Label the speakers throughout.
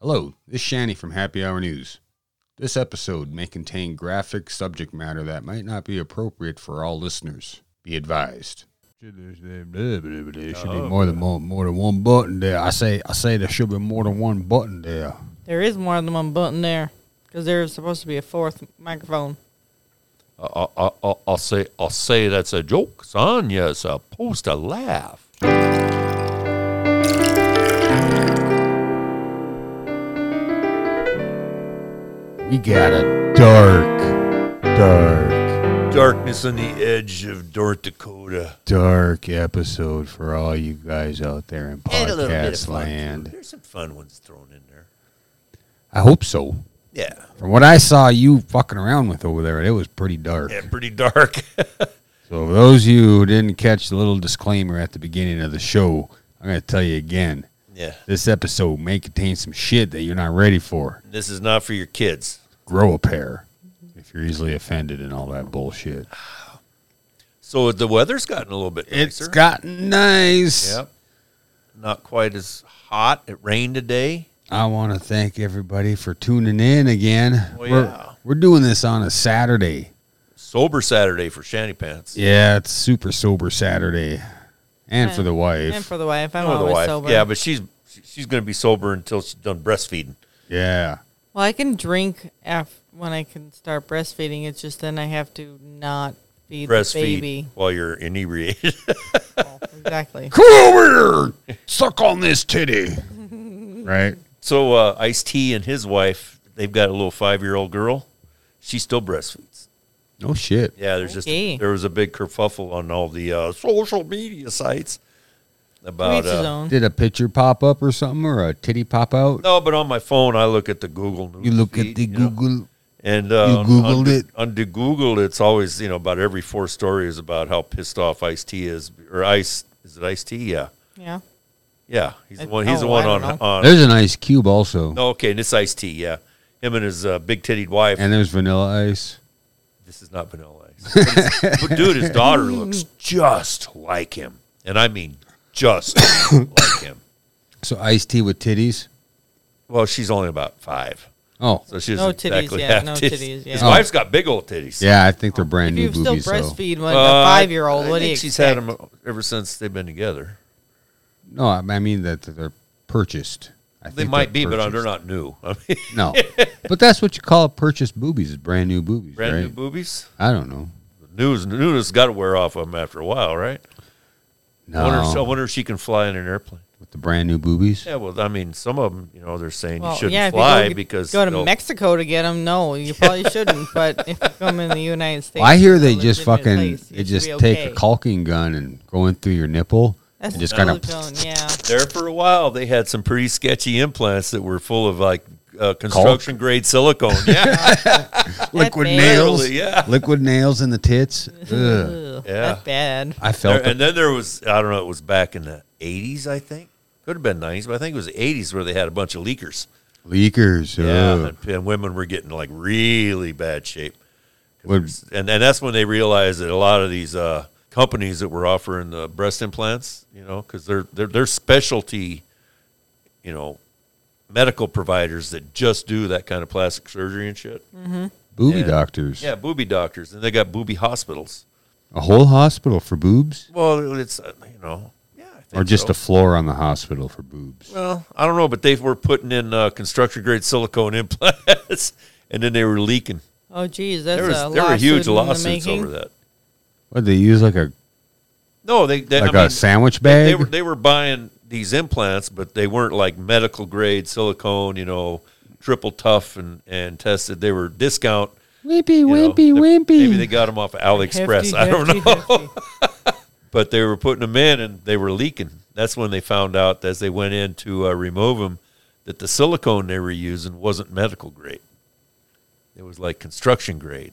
Speaker 1: Hello, this is Shanny from Happy Hour News. This episode may contain graphic subject matter that might not be appropriate for all listeners. Be advised. Should there should be more than more, more than one button there. I say I say there should be more than one button there.
Speaker 2: There is more than one button there because there's supposed to be a fourth microphone.
Speaker 3: I, I, I, I'll say I'll say that's a joke, son. You're supposed to laugh.
Speaker 1: We got a dark, dark,
Speaker 4: Darkness on the edge of North Dakota.
Speaker 1: dark episode for all you guys out there in
Speaker 4: And a little bit of
Speaker 1: podcast
Speaker 4: fun. too.
Speaker 1: land.
Speaker 4: There's some fun ones thrown in there.
Speaker 1: I hope so.
Speaker 4: Yeah.
Speaker 1: From what I saw you fucking around with over there, it was pretty dark.
Speaker 4: Yeah, pretty dark.
Speaker 1: So, for those of you who didn't catch the little disclaimer at the beginning of the show, I'm going to tell you again.
Speaker 4: yeah.
Speaker 1: This episode may contain some shit that you're not ready for.
Speaker 4: This is not for your kids.
Speaker 1: Grow a pair if you're easily offended and all that bullshit.
Speaker 4: So the weather's gotten a little bit
Speaker 1: It's
Speaker 4: nicer.
Speaker 1: gotten nice.
Speaker 4: Yep. Not quite as hot. It rained today.
Speaker 1: I want to thank everybody for tuning in again.
Speaker 4: Oh,
Speaker 1: we're,
Speaker 4: yeah.
Speaker 1: we're doing this on a Saturday.
Speaker 4: Sober Saturday for Shanty Pants.
Speaker 1: Yeah, it's super sober Saturday. And for the wife.
Speaker 2: And for the wife, I'm
Speaker 4: Or the
Speaker 2: always
Speaker 4: wife.
Speaker 2: Oh, sober.
Speaker 4: Yeah, but she's she's going to be sober until she's done breastfeeding.
Speaker 1: yeah.
Speaker 2: well, I can drink af- when I can start breastfeeding. It's just then I have to not feed
Speaker 4: Breastfeed
Speaker 2: the baby.
Speaker 4: while you're inebriated.
Speaker 2: Well, exactly.
Speaker 1: Come over here. Suck on this titty. right?
Speaker 4: so uh, Ice T and his wife, they've got a little five year old girl. She still breastfeeds.
Speaker 1: No shit.
Speaker 4: Yeah, there's just
Speaker 2: Okay.
Speaker 4: there was a big kerfuffle on all the uh, social media sites about
Speaker 2: Each his
Speaker 4: uh,
Speaker 2: own.
Speaker 1: Did a picture pop up or something or a titty pop out?
Speaker 4: no, but on my phone I look at the Google News.
Speaker 1: You look
Speaker 4: feed,
Speaker 1: at the
Speaker 4: you know,
Speaker 1: Google.
Speaker 4: and uh,
Speaker 1: you
Speaker 4: on-
Speaker 1: Googled
Speaker 4: on the-
Speaker 1: it?
Speaker 4: on the Google. It's always you know about every four stories about how pissed off Ice T is or Ice is it Ice T? Yeah,
Speaker 2: Yeah.
Speaker 4: yeah. He's the
Speaker 2: I-
Speaker 4: one. He's the
Speaker 2: oh,
Speaker 4: one
Speaker 2: I
Speaker 4: on
Speaker 2: don't know.
Speaker 4: on.
Speaker 1: There's an ice cube also.
Speaker 4: uh, No, okay, and it's Ice T. Yeah, him and his uh, big titted wife.
Speaker 1: And there's vanilla ice.
Speaker 4: this is not Vanilla Ice. But, it's- but dude, his daughter looks just like him, and I mean just like him.
Speaker 1: So iced tea with titties.
Speaker 4: Well, she's only about five,
Speaker 1: Oh.
Speaker 4: so she
Speaker 2: No
Speaker 4: doesn't
Speaker 2: titties,
Speaker 4: exactly
Speaker 2: yeah,
Speaker 4: have
Speaker 2: no
Speaker 4: titties.
Speaker 2: titties, yeah.
Speaker 4: His
Speaker 1: Oh.
Speaker 4: wife's got big old titties.
Speaker 1: Yeah, I think they're brand
Speaker 2: If
Speaker 1: new
Speaker 2: you still
Speaker 1: boobies. though.
Speaker 2: breastfeed
Speaker 4: Uh,
Speaker 2: when a five year old,
Speaker 4: I
Speaker 2: what do you
Speaker 4: think she's
Speaker 2: expect?
Speaker 4: had them ever since they've been together.
Speaker 1: No, I I mean that they're purchased. I
Speaker 4: They
Speaker 1: think
Speaker 4: might be, but they're
Speaker 1: purchased.
Speaker 4: not new. I mean,
Speaker 1: No, but that's what you call purchased boobies. Is brand new boobies,
Speaker 4: brand
Speaker 1: right?
Speaker 4: new boobies.
Speaker 1: I don't know.
Speaker 4: News, newness got to wear off of them after a while, right?
Speaker 1: No,
Speaker 4: Wonder, if- I wonder if she can fly in an airplane.
Speaker 1: with the brand new boobies.
Speaker 4: Yeah, well, I mean, some of them, you know, they're saying
Speaker 2: Well,
Speaker 4: you shouldn't
Speaker 2: yeah, if
Speaker 4: fly
Speaker 2: you go,
Speaker 4: because
Speaker 2: go to
Speaker 4: they'll-
Speaker 2: Mexico to get them. No, you probably shouldn't. But if you come in the United States,
Speaker 1: Well, I hear
Speaker 2: it's a
Speaker 1: they just
Speaker 2: legitimate
Speaker 1: fucking
Speaker 2: place.
Speaker 1: they
Speaker 2: You should
Speaker 1: just
Speaker 2: be
Speaker 1: take
Speaker 2: okay.
Speaker 1: a caulking gun and go in through your nipple
Speaker 2: That's
Speaker 1: and just
Speaker 2: still
Speaker 1: kind of
Speaker 2: don't- yeah.
Speaker 4: there for a while they had some pretty sketchy implants that were full of like uh, construction grade silicone. Yeah,
Speaker 1: liquid
Speaker 2: bad.
Speaker 1: nails,
Speaker 4: Literally, yeah.
Speaker 1: liquid nails in the tits. Ugh.
Speaker 2: Ugh,
Speaker 4: Yeah.
Speaker 2: That's bad.
Speaker 1: I felt
Speaker 4: There- and
Speaker 1: the,
Speaker 4: then there was I don't know it was back in the eighties I think could have been nineties but I think it was the eighties where they had a bunch of leakers.
Speaker 1: leakers.
Speaker 4: Yeah,
Speaker 1: Yeah,
Speaker 4: and, and women were getting like really bad shape,
Speaker 1: would,
Speaker 4: and and that's when they realized that a lot of these uh, companies that were offering the breast implants, you know, because they're they're they're specialty, you know, medical providers that just do that kind of plastic surgery and shit.
Speaker 1: booby
Speaker 4: yeah.
Speaker 1: doctors.
Speaker 4: Yeah, booby doctors, and they got booby hospitals.
Speaker 1: A whole hospital for boobs,
Speaker 4: Well, it's uh, you know, yeah, I think
Speaker 1: or just
Speaker 4: so.
Speaker 1: a floor on the hospital for boobs.
Speaker 4: well, I don't know, but they were putting in uh, construction grade silicone implants, and then they were leaking.
Speaker 2: Oh, geez, that's
Speaker 4: there
Speaker 2: a
Speaker 4: was there were huge lawsuits
Speaker 2: over
Speaker 4: over
Speaker 2: that.
Speaker 4: that.
Speaker 1: What they use like a
Speaker 4: No, they, they
Speaker 1: like
Speaker 4: I
Speaker 1: a
Speaker 4: mean,
Speaker 1: sandwich
Speaker 4: they,
Speaker 1: bag.
Speaker 4: were they were buying these implants, but they weren't like medical grade silicone, you know, triple tough and, and tested. They were discount.
Speaker 1: wimpy,
Speaker 4: you know,
Speaker 1: wimpy,
Speaker 4: they-
Speaker 1: wimpy.
Speaker 4: Maybe they got them off of AliExpress. I don't know, but they were putting them in and they were leaking. That's when they found out as they went in to uh, remove them that the silicone they were using wasn't medical grade. It was like construction grade.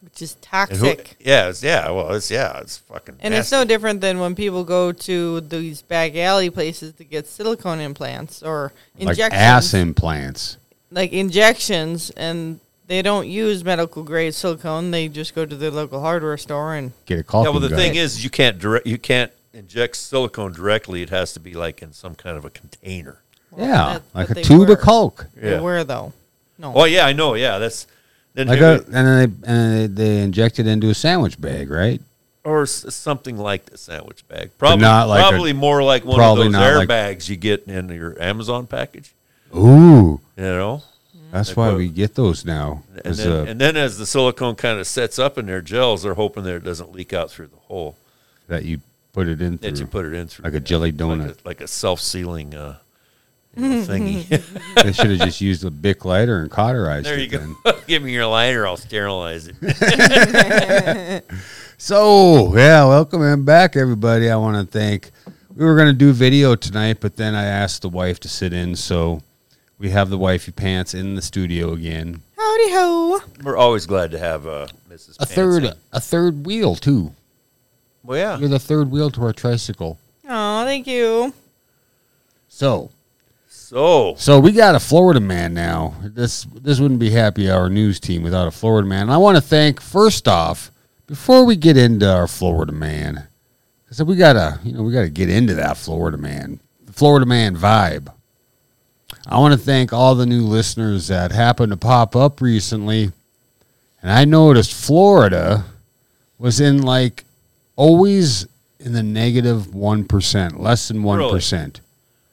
Speaker 2: which is
Speaker 4: And who-
Speaker 2: toxic.
Speaker 4: yeah, it's, yeah. Well, it's yeah, it's fucking.
Speaker 2: And it's no
Speaker 4: nasty.
Speaker 2: different than when people go to these back alley places to get silicone implants or
Speaker 1: like
Speaker 2: injections,
Speaker 1: ass implants.
Speaker 2: like injections, and they don't use medical grade silicone. They just go to the local hardware store and
Speaker 1: Get a caulking
Speaker 4: Yeah, well, the
Speaker 1: gun.
Speaker 4: thing is, you can't direct, you can't inject silicone directly. It has to be like in some kind of a container.
Speaker 1: yeah,
Speaker 2: that-
Speaker 1: like
Speaker 2: that
Speaker 1: a
Speaker 2: they
Speaker 1: tube
Speaker 2: were.
Speaker 1: of Coke.
Speaker 2: They
Speaker 4: Yeah.
Speaker 2: were though. No.
Speaker 4: Oh yeah, I know. Yeah, that's then
Speaker 1: Like a,
Speaker 4: here-
Speaker 1: and then they and they, they inject it into a sandwich bag, right?
Speaker 4: or s- something like the sandwich bag. Probably
Speaker 1: not like a-
Speaker 4: probably more like one of
Speaker 1: probably
Speaker 4: those
Speaker 1: not
Speaker 4: air
Speaker 1: like-
Speaker 4: bags you get in your Amazon package.
Speaker 1: Ooh,
Speaker 4: You know,
Speaker 2: Mm.
Speaker 1: that's
Speaker 4: Like
Speaker 1: why
Speaker 4: what-
Speaker 1: we get those now.
Speaker 4: and
Speaker 1: 'cause,
Speaker 4: then,
Speaker 1: uh,
Speaker 4: and then as the silicone kind of sets up in their gels, they're hoping that it doesn't leak out through the hole
Speaker 1: that you put it in
Speaker 4: that you
Speaker 1: through.
Speaker 4: put it in through,
Speaker 1: Like a jelly
Speaker 4: like a,
Speaker 1: donut.
Speaker 4: like a self-sealing uh, you know, thingy.
Speaker 1: they should have just used a Bic lighter and cauterized
Speaker 4: there
Speaker 1: it.
Speaker 4: you go.
Speaker 1: then.
Speaker 4: Give me your lighter, I'll sterilize it.
Speaker 1: So, yeah, welcome in back, everybody. I want to thank. We were going to do video tonight, but then I asked the wife to sit in, so we have the wifey pants in the studio again.
Speaker 2: Howdy ho.
Speaker 4: We're always glad to have uh, Mrs.
Speaker 1: A
Speaker 4: Pants
Speaker 1: third,
Speaker 4: in.
Speaker 1: a third wheel too.
Speaker 4: Well, yeah.
Speaker 1: You're the third wheel to our tricycle.
Speaker 2: Oh, thank you.
Speaker 1: So,
Speaker 4: So
Speaker 1: so we got a Florida man now. This this wouldn't be happy hour news team without a Florida man. And I want to thank first off before we get into our Florida man, because we gotta you know we gotta get into that Florida man, the Florida man vibe. I want to thank all the new listeners that happened to pop up recently, and I noticed Florida was in like always in the negative one percent, less than one
Speaker 4: Really?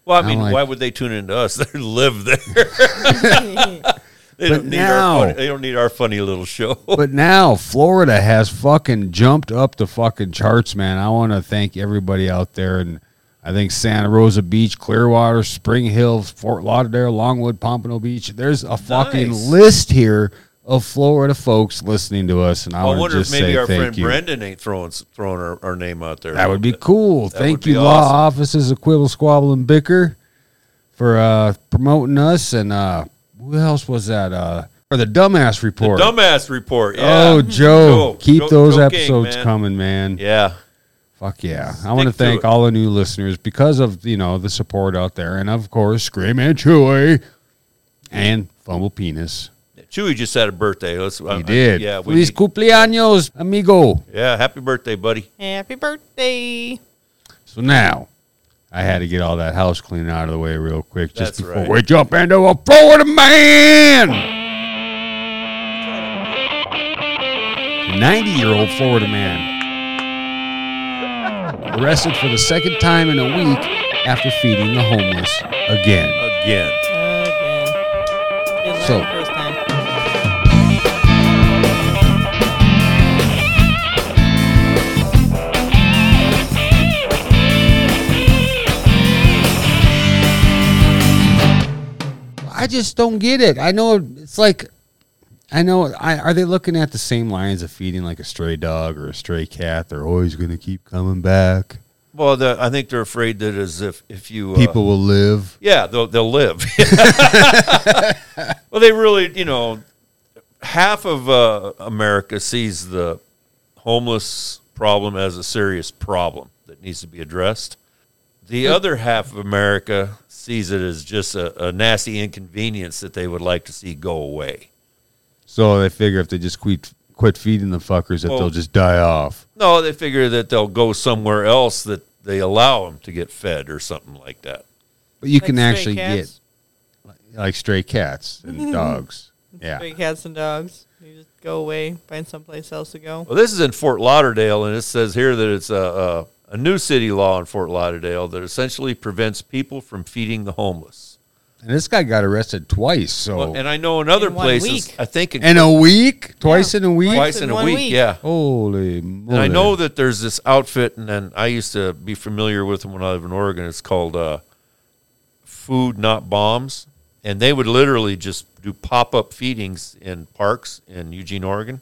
Speaker 4: Well, I mean,
Speaker 1: like-
Speaker 4: why would they tune into us? They live there. they
Speaker 1: But
Speaker 4: don't need
Speaker 1: now-
Speaker 4: our funny, they don't need our funny little show.
Speaker 1: but now Florida has fucking jumped up the fucking charts, man. I want to thank everybody out there, and I think Santa Rosa Beach, Clearwater, Spring Hill, Fort Lauderdale, Longwood, Pompano Beach. There's a fucking
Speaker 4: Nice.
Speaker 1: list here of Florida folks listening to us, and I,
Speaker 4: I
Speaker 1: want
Speaker 4: wonder
Speaker 1: to
Speaker 4: if
Speaker 1: just say
Speaker 4: maybe our
Speaker 1: thank
Speaker 4: friend
Speaker 1: you.
Speaker 4: Brendan ain't throwing s- throwing our, our name out there. a
Speaker 1: That would be
Speaker 4: little bit.
Speaker 1: cool.
Speaker 4: That
Speaker 1: Thank
Speaker 4: would be
Speaker 1: you, law offices of Quibble, Squabble, and Bicker, for uh, promoting us. And uh, who else was that? Uh, for the Dumbass
Speaker 4: The
Speaker 1: Report.
Speaker 4: dumbass report. Yeah. Mm-hmm.
Speaker 1: Oh, Joe,
Speaker 4: Joe,
Speaker 1: keep
Speaker 4: Joe-
Speaker 1: those
Speaker 4: Joe King,
Speaker 1: episodes
Speaker 4: man.
Speaker 1: coming, man.
Speaker 4: yeah.
Speaker 1: Fuck yeah. I want to
Speaker 4: Stick to
Speaker 1: thank
Speaker 4: it.
Speaker 1: all the new listeners because of, you know, the support out there. And of course, Scream and Chewy and Fumble Penis.
Speaker 4: Chewy just had a birthday. Let's,
Speaker 1: He did.
Speaker 4: Uh, yeah. We
Speaker 1: Feliz
Speaker 4: need-
Speaker 1: cumpleaños, amigo.
Speaker 4: yeah. Happy birthday, buddy.
Speaker 2: Happy birthday.
Speaker 1: So now I had to get all that house cleaning out of the way real quick just
Speaker 4: That's
Speaker 1: before
Speaker 4: right.
Speaker 1: we jump into a Florida man. 90 year old Florida man arrested for the second time in a week after feeding the homeless again.
Speaker 4: Again.
Speaker 2: Again. Didn't
Speaker 1: So-
Speaker 2: like the first time.
Speaker 1: I just don't get it. I know it's like, I know. I are they looking at the same lines of feeding like a stray dog or a stray cat? They're always going to keep coming back.
Speaker 4: Well, the, I think they're afraid that as if if you uh,
Speaker 1: People will live.
Speaker 4: Yeah, they'll they'll live. well, they really, you know, half of uh, America sees the homeless problem as a serious problem that needs to be addressed. The other half of America sees it as just a, a nasty inconvenience that they would like to see go away.
Speaker 1: So they figure if they just quit quit feeding the fuckers, that
Speaker 4: Well-
Speaker 1: they'll just die off.
Speaker 4: No, they figure that they'll go somewhere else that they allow them to get fed or something like that.
Speaker 1: But you
Speaker 2: Like
Speaker 1: can
Speaker 2: stray
Speaker 1: actually
Speaker 2: cats?
Speaker 1: get like stray cats and dogs. Yeah,
Speaker 2: Stray cats and dogs. You just go away, find someplace else to go.
Speaker 4: Well, this is in Fort Lauderdale, and it says here that it's a, a, a new city law in Fort Lauderdale that essentially prevents people from feeding the homeless.
Speaker 1: and this guy got arrested twice. So
Speaker 4: Well, and I know in other
Speaker 2: In one
Speaker 4: places,
Speaker 2: week.
Speaker 4: I think in
Speaker 1: in a week, twice
Speaker 2: Yeah.
Speaker 1: in a week.
Speaker 2: Twice.
Speaker 4: twice
Speaker 2: in
Speaker 4: in a
Speaker 2: one
Speaker 4: week,
Speaker 2: week.
Speaker 4: yeah.
Speaker 1: Holy
Speaker 4: And
Speaker 1: moly!
Speaker 4: I know that there's this outfit, and then I used to be familiar with them when I lived in Oregon. It's called uh, Food Not Bombs, and they would literally just do pop up feedings in parks in Eugene, Oregon.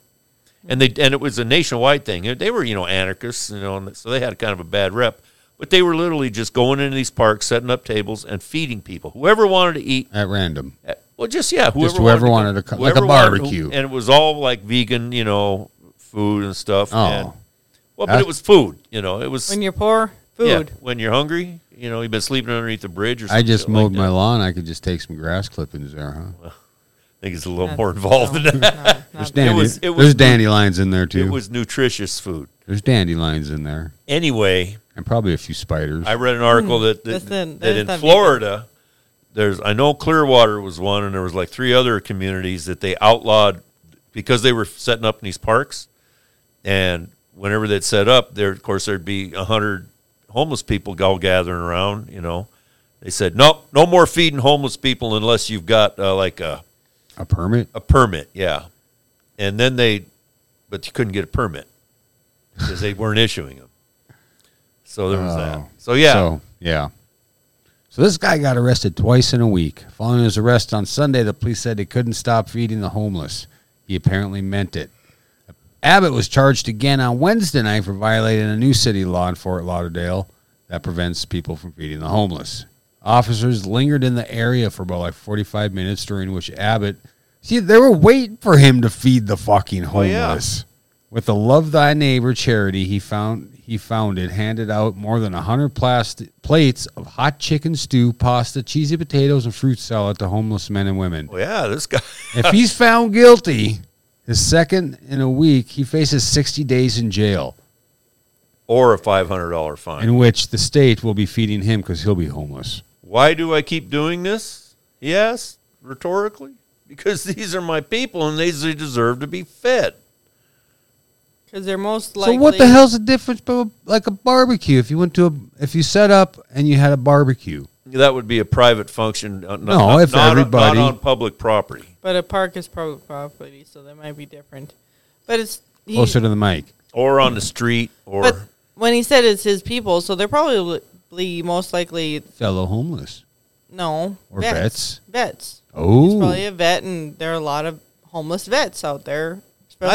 Speaker 4: And they and it was a nationwide thing. They were you know anarchists, you know, and so they had kind of a bad rep. But they were literally just going into these parks, setting up tables, and feeding people. Whoever wanted to eat,
Speaker 1: at random.
Speaker 4: uh, well, just yeah, whoever
Speaker 1: whoever
Speaker 4: wanted,
Speaker 1: wanted to co- like a
Speaker 4: whoever wanted-
Speaker 1: barbecue.
Speaker 4: and it was all like vegan, you know, food and stuff.
Speaker 1: Oh.
Speaker 4: and- well, but
Speaker 1: That-
Speaker 4: it was food. You know, it was
Speaker 2: When you're poor,
Speaker 4: yeah,
Speaker 2: food.
Speaker 4: when you're hungry, you know, you've been sleeping underneath the bridge or
Speaker 1: I
Speaker 4: something.
Speaker 1: just mowed my lawn. I could just take some grass clippings there, huh?
Speaker 4: I think it's a little more involved
Speaker 2: no,
Speaker 4: than that.
Speaker 2: no,
Speaker 1: There's,
Speaker 2: not
Speaker 1: dandy,
Speaker 4: It was- it was-
Speaker 1: there's dandelions in there too.
Speaker 4: It was nutritious food.
Speaker 1: there's dandelions in there,
Speaker 4: Anyway,
Speaker 1: and probably a few spiders.
Speaker 4: I read an article that that,
Speaker 2: That's the-
Speaker 4: that
Speaker 2: that's
Speaker 4: in
Speaker 2: the-
Speaker 4: Florida there's I know Clearwater was one, and there was like three other communities that they outlawed because they were setting up in these parks. And whenever they'd set up, there of course there'd be a hundred homeless people all gathering around. You know, they said nope, no more feeding homeless people unless you've got uh, like a
Speaker 1: A permit?
Speaker 4: a permit, yeah. And then they, but you couldn't get a permit because they weren't issuing them. So there was that.
Speaker 1: Oh.
Speaker 4: So yeah,
Speaker 1: So, yeah. So this guy got arrested twice in a week. Following his arrest on Sunday, the police said he couldn't stop feeding the homeless. He apparently meant it. Abbott was charged again on Wednesday night for violating a new city law in Fort Lauderdale that prevents people from feeding the homeless. Officers lingered in the area for about like 45 minutes, during which Abbott. See, they were waiting for him to feed the fucking
Speaker 4: yeah.
Speaker 1: homeless. With the Love Thy Neighbor charity he found he founded handed out more than 100 plastic plates of hot chicken stew, pasta, cheesy potatoes, and fruit salad to homeless men and women.
Speaker 4: well, yeah, this guy.
Speaker 1: If he's found guilty, his second in a week, he faces 60 days in jail,
Speaker 4: Or a five hundred dollar fine.
Speaker 1: in which the state will be feeding him because he'll be homeless.
Speaker 4: Why do I keep doing this? He asked rhetorically. Because these are my people and they deserve to be fed.
Speaker 2: because they're most likely.
Speaker 1: so what the hell's the difference? But like a barbecue, if you went to a, if you set up and you had a barbecue,
Speaker 4: That would be a private function. uh, Not,
Speaker 1: No,
Speaker 4: not-
Speaker 1: if
Speaker 4: not,
Speaker 1: everybody-
Speaker 4: not on public property
Speaker 2: But a park is public property, so they might be different. But it's he,
Speaker 1: closer to the mic.
Speaker 4: or on the street or
Speaker 2: But when he said it's his people, so they're probably most likely
Speaker 1: Fellow homeless
Speaker 2: no
Speaker 1: or vets.
Speaker 2: Vets. He's
Speaker 1: Oh,
Speaker 2: probably a vet, and there are a lot of homeless vets out there.
Speaker 4: I,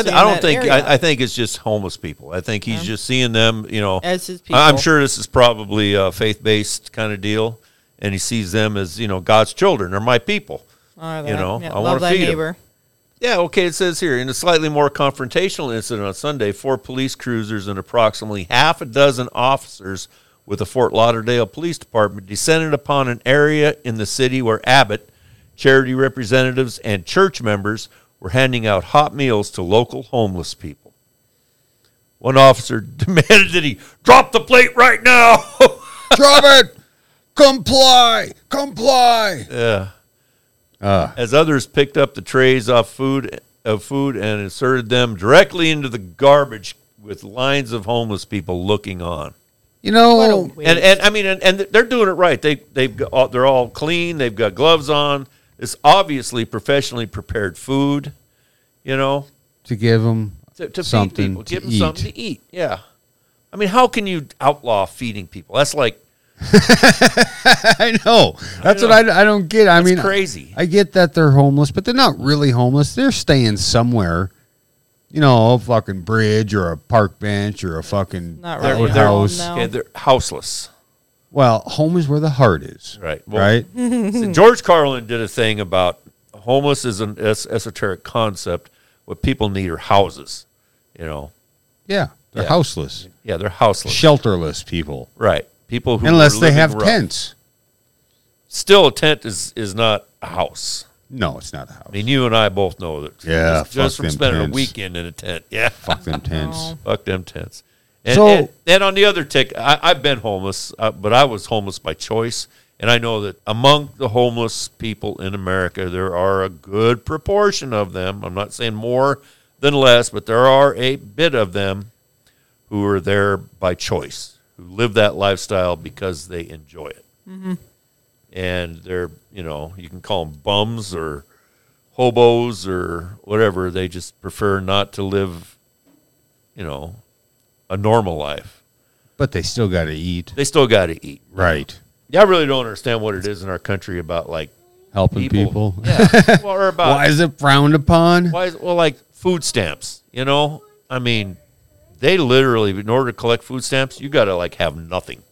Speaker 2: Especially
Speaker 4: I don't think I, I think it's just homeless people. I think he's just seeing them. You know,
Speaker 2: As his
Speaker 4: I- I'm
Speaker 2: people.
Speaker 4: sure this is probably a faith based kind of deal, and he sees them as you know God's children. They're my people. you know, I wanna feed 'em. Yeah, okay. It says here in a slightly more confrontational incident on Sunday, four police cruisers and approximately half a dozen officers with the Fort Lauderdale Police Department descended upon an area in the city where Abbott, charity representatives, and church members were handing out hot meals to local homeless people. One officer demanded that he drop the plate right now.
Speaker 1: drop it! Comply, comply.
Speaker 4: Yeah.
Speaker 1: Ah.
Speaker 4: As others picked up the trays off food of food and inserted them directly into the garbage with lines of homeless people looking on.
Speaker 1: You
Speaker 2: What a
Speaker 1: know,
Speaker 2: waste.
Speaker 4: And and I mean and, and they're doing it right. They they've got, all- they're all clean, they've got gloves on. It's obviously professionally prepared food, you know,
Speaker 1: to give him
Speaker 4: to, to feed
Speaker 1: Something
Speaker 4: people,
Speaker 1: to
Speaker 4: give them
Speaker 1: eat.
Speaker 4: something to eat. Yeah. I mean, how can you outlaw feeding people? That's like
Speaker 1: I know. That's what I, I don't get. I mean,
Speaker 4: crazy.
Speaker 1: I get that they're homeless, but they're not really homeless. They're staying somewhere, you know, a fucking bridge or a park bench or a fucking
Speaker 2: Not
Speaker 1: out-
Speaker 2: really
Speaker 4: they're-
Speaker 1: house.
Speaker 2: home,
Speaker 4: yeah, they're houseless.
Speaker 1: Well, home is where the heart is,
Speaker 4: Right. Well, mm-hmm.
Speaker 1: right? Hmm.
Speaker 4: So George Carlin did a thing about homeless is an es- esoteric concept. What people need are houses. You know,
Speaker 1: yeah, they're
Speaker 4: Yeah.
Speaker 1: houseless,
Speaker 4: yeah, they're houseless.
Speaker 1: shelterless people,
Speaker 4: right. People who
Speaker 1: unless
Speaker 4: are
Speaker 1: they
Speaker 4: living
Speaker 1: have
Speaker 4: rough.
Speaker 1: tents.
Speaker 4: Still, a tent is is not a house.
Speaker 1: No, it's not a house.
Speaker 4: I mean, you and I both know that.
Speaker 1: Yeah,
Speaker 4: just,
Speaker 1: fuck
Speaker 4: just from
Speaker 1: them
Speaker 4: spending
Speaker 1: tents.
Speaker 4: a weekend in a tent. Yeah,
Speaker 1: Fuck them tents.
Speaker 4: fuck them tents. And,
Speaker 1: So-
Speaker 4: and, and on the other tick, I, I've been homeless, uh, but I was homeless by choice. And I know that among the homeless people in America, there are a good proportion of them. I'm not saying more than less, but there are a bit of them who are there by choice, who live that lifestyle because they enjoy it. And they're, you know, you can call them bums or hobos or whatever. They just prefer not to live, you know, a normal life.
Speaker 1: But they still got to eat,
Speaker 4: They still got to eat.
Speaker 1: right?
Speaker 4: Yeah, I really don't understand what it is in our country about like
Speaker 1: Helping people.
Speaker 4: people. Yeah, well, or about
Speaker 1: Why is it frowned upon?
Speaker 4: Why is well like food stamps? You know, I mean, they literally in order to collect food stamps, you got to like have nothing,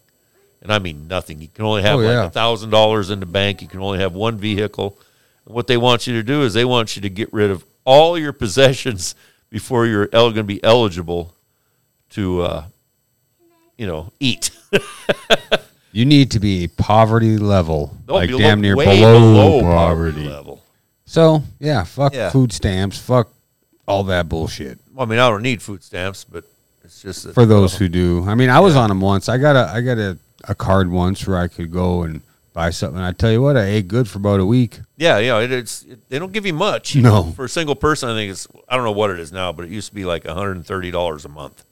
Speaker 4: and I mean nothing. You can only have
Speaker 1: Oh, yeah.
Speaker 4: like a thousand dollars in the bank. You can only have one vehicle. And what they want you to do is they want you to get rid of all your possessions before you're el- going to be eligible to, uh, you know, eat.
Speaker 1: You need to be poverty level,
Speaker 4: They'll
Speaker 1: like
Speaker 4: be lo-
Speaker 1: damn near
Speaker 4: way
Speaker 1: below,
Speaker 4: poverty
Speaker 1: poverty.
Speaker 4: level.
Speaker 1: So yeah, fuck
Speaker 4: Yeah.
Speaker 1: food stamps, fuck all that bullshit.
Speaker 4: Well, I mean, I don't need food stamps, but it's just that,
Speaker 1: For those who do, I mean, I was on them once. I got a I got a, a card once where I could go and buy something. I tell you what, I ate good for about a week.
Speaker 4: Yeah, yeah. It, it's it, they don't give you much.
Speaker 1: No.
Speaker 4: for a single person, I think it's I don't know what it is now, but it used to be like one hundred and thirty dollars a month.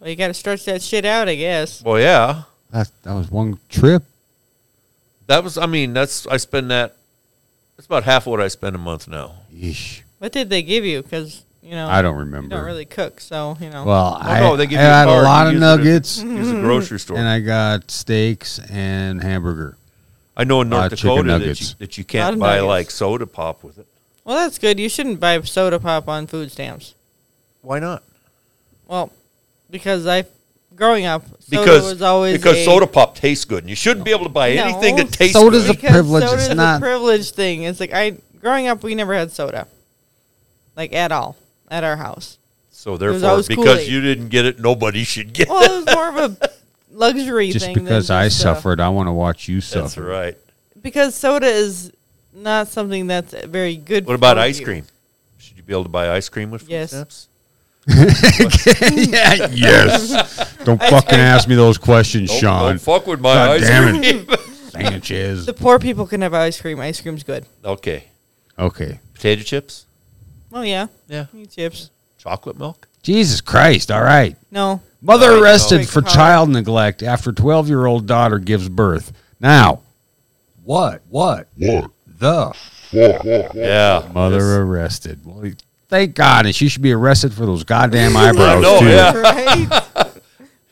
Speaker 2: Well, you got to stretch that shit out, I guess.
Speaker 4: Well, yeah,
Speaker 1: That that was one trip.
Speaker 4: that was. I mean, that's I spend that. That's about half what I spend a month now.
Speaker 1: Yeesh.
Speaker 2: What did they give you? Because you know,
Speaker 1: I don't
Speaker 2: you
Speaker 1: remember.
Speaker 2: don't really cook, so you know.
Speaker 1: Well, I,
Speaker 4: Oh, no, they give
Speaker 1: I
Speaker 4: you a
Speaker 1: had a
Speaker 4: card,
Speaker 1: lot of
Speaker 4: you use it as-
Speaker 1: nuggets Mm-hmm.
Speaker 4: Use a grocery store.
Speaker 1: and
Speaker 4: I,
Speaker 1: I got steaks and hamburger.
Speaker 4: know in North
Speaker 1: uh, chicken
Speaker 4: Dakota that you,
Speaker 1: nuggets.
Speaker 4: that you
Speaker 2: Lot
Speaker 4: can't
Speaker 2: of
Speaker 4: buy
Speaker 2: nuggets.
Speaker 4: like soda pop with it.
Speaker 2: well, that's good. You shouldn't buy soda pop on food stamps.
Speaker 4: Why not?
Speaker 2: Well, because I, growing up, soda
Speaker 4: Because
Speaker 2: was always
Speaker 4: because
Speaker 2: a-
Speaker 4: soda pop tastes good, and you shouldn't be able to buy
Speaker 2: No.
Speaker 4: anything that tastes
Speaker 1: Soda's
Speaker 4: good.
Speaker 1: a- privilege,
Speaker 2: Soda's
Speaker 1: it's not-
Speaker 2: a privilege thing. It's like I growing up, we never had soda, like at all, at our house.
Speaker 4: so
Speaker 2: was
Speaker 4: therefore,
Speaker 2: always
Speaker 4: because
Speaker 2: Kool-Aid.
Speaker 4: you didn't get it, nobody should get
Speaker 2: Well, it was more of a luxury
Speaker 1: Just
Speaker 2: thing. than
Speaker 1: because I
Speaker 2: just, uh,
Speaker 1: suffered, I want to watch you
Speaker 4: it. That's
Speaker 1: suffer.
Speaker 4: right.
Speaker 2: because soda is not something that's very good.
Speaker 4: What about
Speaker 2: for
Speaker 4: ice
Speaker 2: you.
Speaker 4: cream? Should you be able to buy ice cream with food
Speaker 2: Yes.
Speaker 4: stamps?
Speaker 1: yeah, yes. Don't fucking ask me those questions,
Speaker 4: Don't,
Speaker 1: Sean.
Speaker 4: don't fuck with my
Speaker 1: God
Speaker 4: ice
Speaker 1: damn
Speaker 4: cream.
Speaker 1: Sanchez.
Speaker 2: The poor people can have ice cream. Ice cream's good.
Speaker 4: okay,
Speaker 1: Okay.
Speaker 4: potato chips.
Speaker 2: Well, Oh, yeah,
Speaker 4: Yeah,
Speaker 2: you chips.
Speaker 4: chocolate milk.
Speaker 1: Jesus Christ. All right.
Speaker 2: No,
Speaker 1: Mother
Speaker 4: I know.
Speaker 1: arrested for
Speaker 2: Big
Speaker 1: child neglect after 12 year old daughter gives birth. Now, what? What? What? The
Speaker 4: Yeah,
Speaker 1: mother arrested. Well, he- thank God. And she should be arrested for those goddamn eyebrows.
Speaker 4: know,
Speaker 1: too.
Speaker 4: yeah.
Speaker 2: right?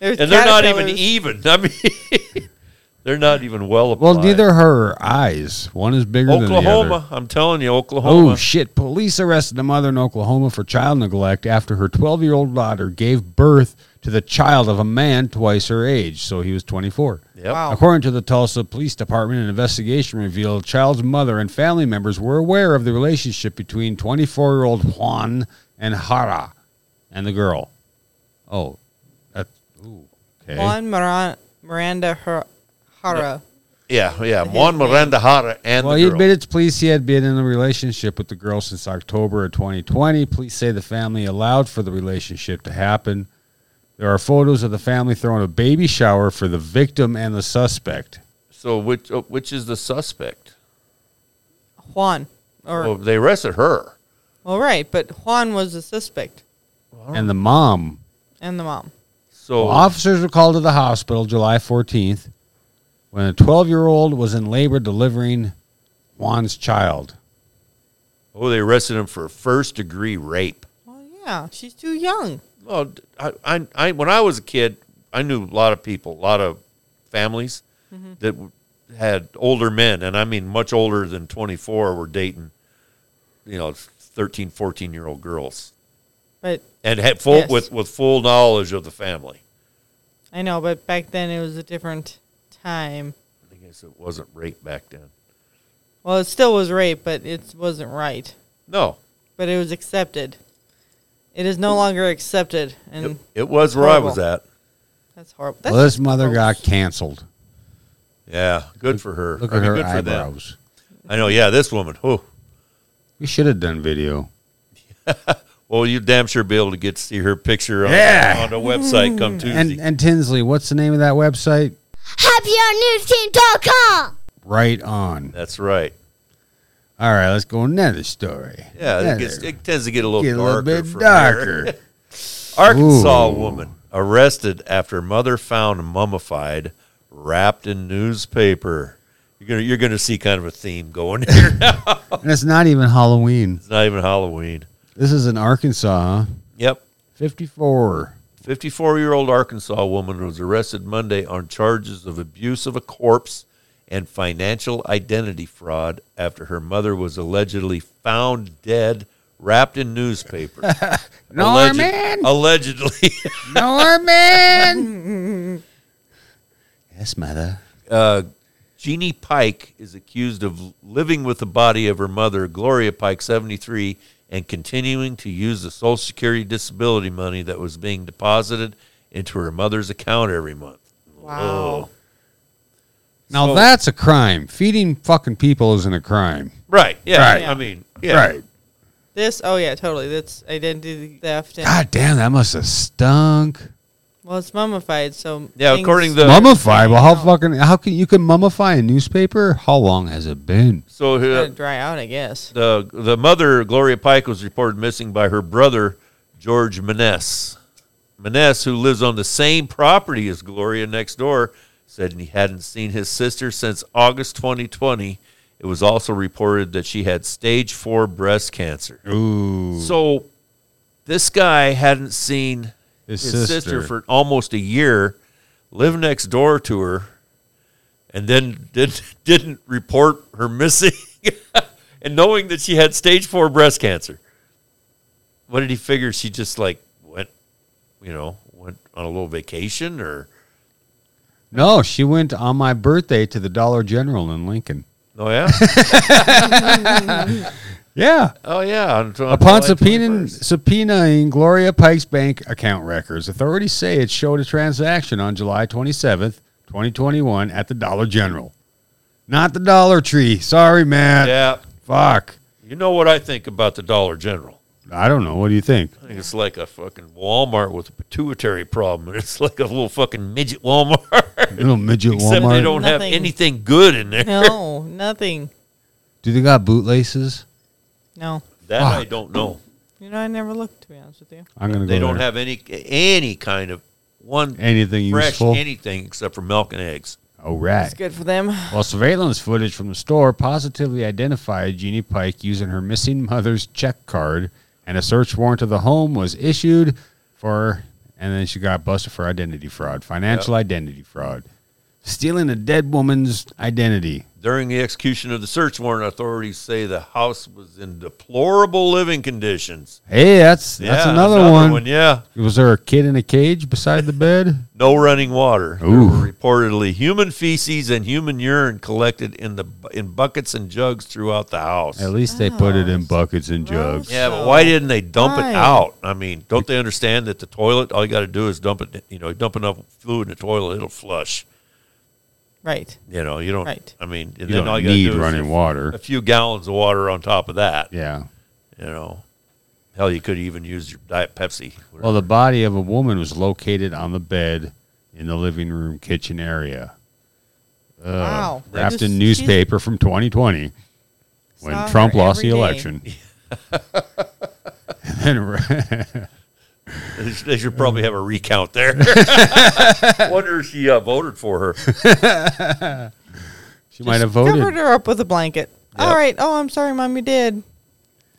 Speaker 2: There's
Speaker 4: and they're not even
Speaker 2: caterpillars.
Speaker 4: even. I mean, they're not even well applied.
Speaker 1: Well, neither her eyes. One is bigger than the other.
Speaker 4: Oklahoma. I'm telling you, Oklahoma.
Speaker 1: Oh shit! Police arrested a mother in Oklahoma for child neglect after her 12-year-old daughter gave birth to the child of a man twice her age, so he was 24.
Speaker 4: Yep.
Speaker 2: Wow.
Speaker 1: According to the Tulsa Police Department, an investigation revealed child's mother and family members were aware of the relationship between 24-year-old Juan and Hara, and the girl. Oh, that's ooh, okay.
Speaker 2: Juan Mara- Miranda Har- Hara.
Speaker 4: Yeah, yeah. Juan Miranda Hara and
Speaker 1: Well,
Speaker 4: the
Speaker 1: he
Speaker 4: girl.
Speaker 1: admitted to police he had been in a relationship with the girl since October of 2020. Police say the family allowed for the relationship to happen. There are photos of the family throwing a baby shower for the victim and the suspect.
Speaker 4: So which uh, which is the suspect?
Speaker 2: Juan. Or
Speaker 4: Well, they arrested her.
Speaker 2: well, right, but Juan was the suspect
Speaker 1: And the mom.
Speaker 2: and the mom.
Speaker 4: So
Speaker 1: Well, officers were called to the hospital July 14th when a 12 year old was in labor delivering Juan's child.
Speaker 4: oh, they arrested him for first degree rape.
Speaker 2: Well, yeah, she's too young.
Speaker 4: Well, d- I, I, I- when I was a kid, I knew a lot of people, a lot of families that w- had older men, and I mean much older than 24, were dating, you know, 13, 14 year old girls,
Speaker 2: But
Speaker 4: and had full
Speaker 2: Yes.
Speaker 4: with with full knowledge of the family.
Speaker 2: I know, but back then it was a different time.
Speaker 4: I guess it wasn't rape back then.
Speaker 2: Well, it still was rape, but it wasn't right.
Speaker 4: No,
Speaker 2: But it was accepted. It is no longer accepted, and
Speaker 4: it, it was where I was at.
Speaker 2: that's horrible. That's
Speaker 1: Well, this
Speaker 2: just
Speaker 1: mother
Speaker 2: gross.
Speaker 1: got canceled.
Speaker 4: Yeah, good for her.
Speaker 1: Look
Speaker 4: I
Speaker 1: at
Speaker 4: mean,
Speaker 1: her
Speaker 4: good for them.
Speaker 1: eyebrows.
Speaker 4: I know. Yeah, this woman. Whew.
Speaker 1: We should have done video.
Speaker 4: Well, you damn sure be able to get to see her picture on,
Speaker 1: Yeah.
Speaker 4: on the website come Tuesday.
Speaker 1: And, and Tinsley, what's the name of that website?
Speaker 5: HappyHourNewsTeam.com.
Speaker 1: Right on.
Speaker 4: That's right.
Speaker 1: All right, let's go another story.
Speaker 4: Yeah, it,
Speaker 1: Another.
Speaker 4: gets, it tends to get a little
Speaker 1: Get a little
Speaker 4: darker.
Speaker 1: bit
Speaker 4: from there.
Speaker 1: darker.
Speaker 4: Arkansas
Speaker 1: Ooh.
Speaker 4: woman arrested after mother found mummified, wrapped in newspaper. You're gonna you're gonna see kind of a theme going here. now.
Speaker 1: and it's not even Halloween.
Speaker 4: it's not even Halloween.
Speaker 1: This is in Arkansas. huh?
Speaker 4: Yep.
Speaker 1: 54.
Speaker 4: 54 year old Arkansas woman was arrested Monday on charges of abuse of a corpse and financial identity fraud after her mother was allegedly found dead wrapped in newspaper. Alleged-
Speaker 1: Norman!
Speaker 4: Allegedly.
Speaker 1: Norman! yes, mother.
Speaker 4: Uh, Jeannie Pike is accused of living with the body of her mother, Gloria Pike, 73, and continuing to use the Social Security disability money that was being deposited into her mother's account every month.
Speaker 2: Wow.
Speaker 4: Oh.
Speaker 1: Now
Speaker 4: So-
Speaker 1: that's a crime. Feeding fucking people isn't a crime.
Speaker 4: Right. Yeah.
Speaker 1: Right.
Speaker 4: I mean, yeah.
Speaker 1: Right.
Speaker 2: this. Oh yeah, totally. That's identity theft. And,
Speaker 1: God damn, that must have stunk.
Speaker 2: Well, it's mummified, so
Speaker 4: Yeah,
Speaker 2: things-
Speaker 4: according to the
Speaker 1: Mummify? Well, how fucking how can you can mummify a newspaper? How long has it been?
Speaker 4: so uh,
Speaker 2: Gotta dry out, I guess.
Speaker 4: the the mother Gloria Pike was reported missing by her brother George Maness. Maness, who lives on the same property as Gloria next door, said he hadn't seen his sister since August 2020. It was also reported that she had stage four breast cancer.
Speaker 1: Ooh,
Speaker 4: So this guy hadn't seen his, sister. for almost a year, lived next door to her, and then did, didn't report her missing, and knowing that she had stage four breast cancer. What did he figure? She just like went, you know, went on a little vacation or
Speaker 1: no, she went on my birthday to the Dollar General in Lincoln.
Speaker 4: oh yeah,
Speaker 1: Yeah,
Speaker 4: oh yeah. on- on
Speaker 1: Upon
Speaker 4: July
Speaker 1: subpoenaing,
Speaker 4: 21st.
Speaker 1: subpoenaing Gloria Pike's bank account records, authorities say it showed a transaction on July 27th, 2021, at the Dollar General. Not the Dollar Tree. Sorry, Matt.
Speaker 4: yeah,
Speaker 1: Fuck.
Speaker 4: you know what I think about the Dollar General.
Speaker 1: I don't know. What do you think?
Speaker 4: I think it's like a fucking Walmart with a pituitary problem. It's like a little fucking midget Walmart,
Speaker 1: Little midget
Speaker 4: except
Speaker 1: Walmart.
Speaker 4: they don't have
Speaker 2: Nothing.
Speaker 4: anything good in there.
Speaker 2: No, nothing.
Speaker 1: do they got bootlaces?
Speaker 2: No.
Speaker 4: That I
Speaker 1: Fuck.
Speaker 4: don't know.
Speaker 2: You know, I never looked, to be honest with you.
Speaker 1: I'm gonna Ah. go.
Speaker 4: They don't
Speaker 1: there.
Speaker 4: have any any kind of one
Speaker 1: anything
Speaker 4: fresh
Speaker 1: useful. Oh,
Speaker 4: anything except for milk and eggs.
Speaker 1: All right.
Speaker 2: It's good for them.
Speaker 1: While surveillance footage from the store positively identified Jeannie Pike using her missing mother's check card, and a search warrant of the home was issued for, and then she got busted for identity fraud, financial identity fraud, stealing a dead woman's identity.
Speaker 4: During the execution of the search warrant, authorities say the house was in deplorable living conditions.
Speaker 1: Hey, that's that's
Speaker 4: Yeah,
Speaker 1: another, one.
Speaker 4: Yeah,
Speaker 1: Was there a kid in a cage beside the bed?
Speaker 4: no running water. There
Speaker 1: Ooh.
Speaker 4: were reportedly human feces and human urine collected in the bu- in buckets and jugs throughout the house.
Speaker 1: At least they put it in buckets and jugs.
Speaker 4: Yeah, but
Speaker 2: So-
Speaker 4: why didn't they dump
Speaker 2: Why?
Speaker 4: it out? I mean, don't they understand that the toilet? All you got to do is dump it. You know, dump enough fluid in the toilet, it'll flush.
Speaker 2: Right.
Speaker 4: You know, you don't.
Speaker 2: Right.
Speaker 4: I mean, and
Speaker 1: You
Speaker 4: then all
Speaker 1: don't
Speaker 4: you gotta
Speaker 1: need
Speaker 4: do is
Speaker 1: running
Speaker 4: a-
Speaker 1: water.
Speaker 4: A few gallons of water on top of that.
Speaker 1: Yeah.
Speaker 4: You know, hell, you could even use your diet Pepsi.
Speaker 1: Well, the body of a woman was located on the bed in the living room kitchen area. Ugh.
Speaker 2: Wow.
Speaker 1: Wrapped
Speaker 2: Just-
Speaker 1: in newspaper from 2020 when
Speaker 2: Saw
Speaker 1: Trump
Speaker 2: her
Speaker 1: lost the
Speaker 2: every day.
Speaker 1: election. And then ra-
Speaker 4: they should probably have a recount there. Wonder if she uh, voted for her.
Speaker 1: she might have
Speaker 2: Covered
Speaker 1: voted.
Speaker 2: her up with a blanket.
Speaker 4: Yep.
Speaker 2: All right. Oh, I'm sorry, mom. You did.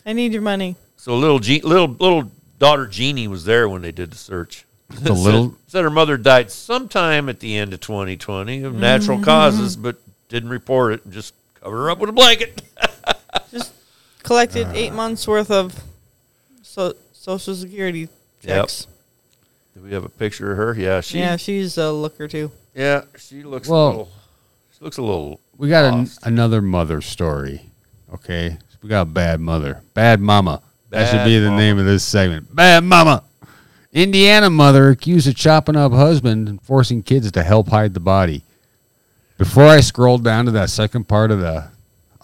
Speaker 2: I need your money.
Speaker 4: So little Je- little little daughter Jeannie was there when they did the search.
Speaker 1: The little-
Speaker 4: said, said her mother died sometime at the end of 2020 of natural causes, but didn't report it and just covered her up with a blanket.
Speaker 2: Just collected
Speaker 4: Uh.
Speaker 2: eight months worth of so, social security
Speaker 4: Yep.
Speaker 2: checks.
Speaker 4: Do we have a picture of her? Yeah, she.
Speaker 2: yeah,
Speaker 4: Yeah,
Speaker 2: she's a looker too.
Speaker 4: she looks
Speaker 1: Well-
Speaker 4: a little. She looks a little.
Speaker 1: We got an,
Speaker 4: Lost.
Speaker 1: another mother story. Okay. We got a bad mother. Bad mama. that should
Speaker 4: Bad
Speaker 1: be the
Speaker 4: mama.
Speaker 1: name of this segment. Bad mama. Indiana mother accused of chopping up husband and forcing kids to help hide the body. Before I scrolled down to that second part of the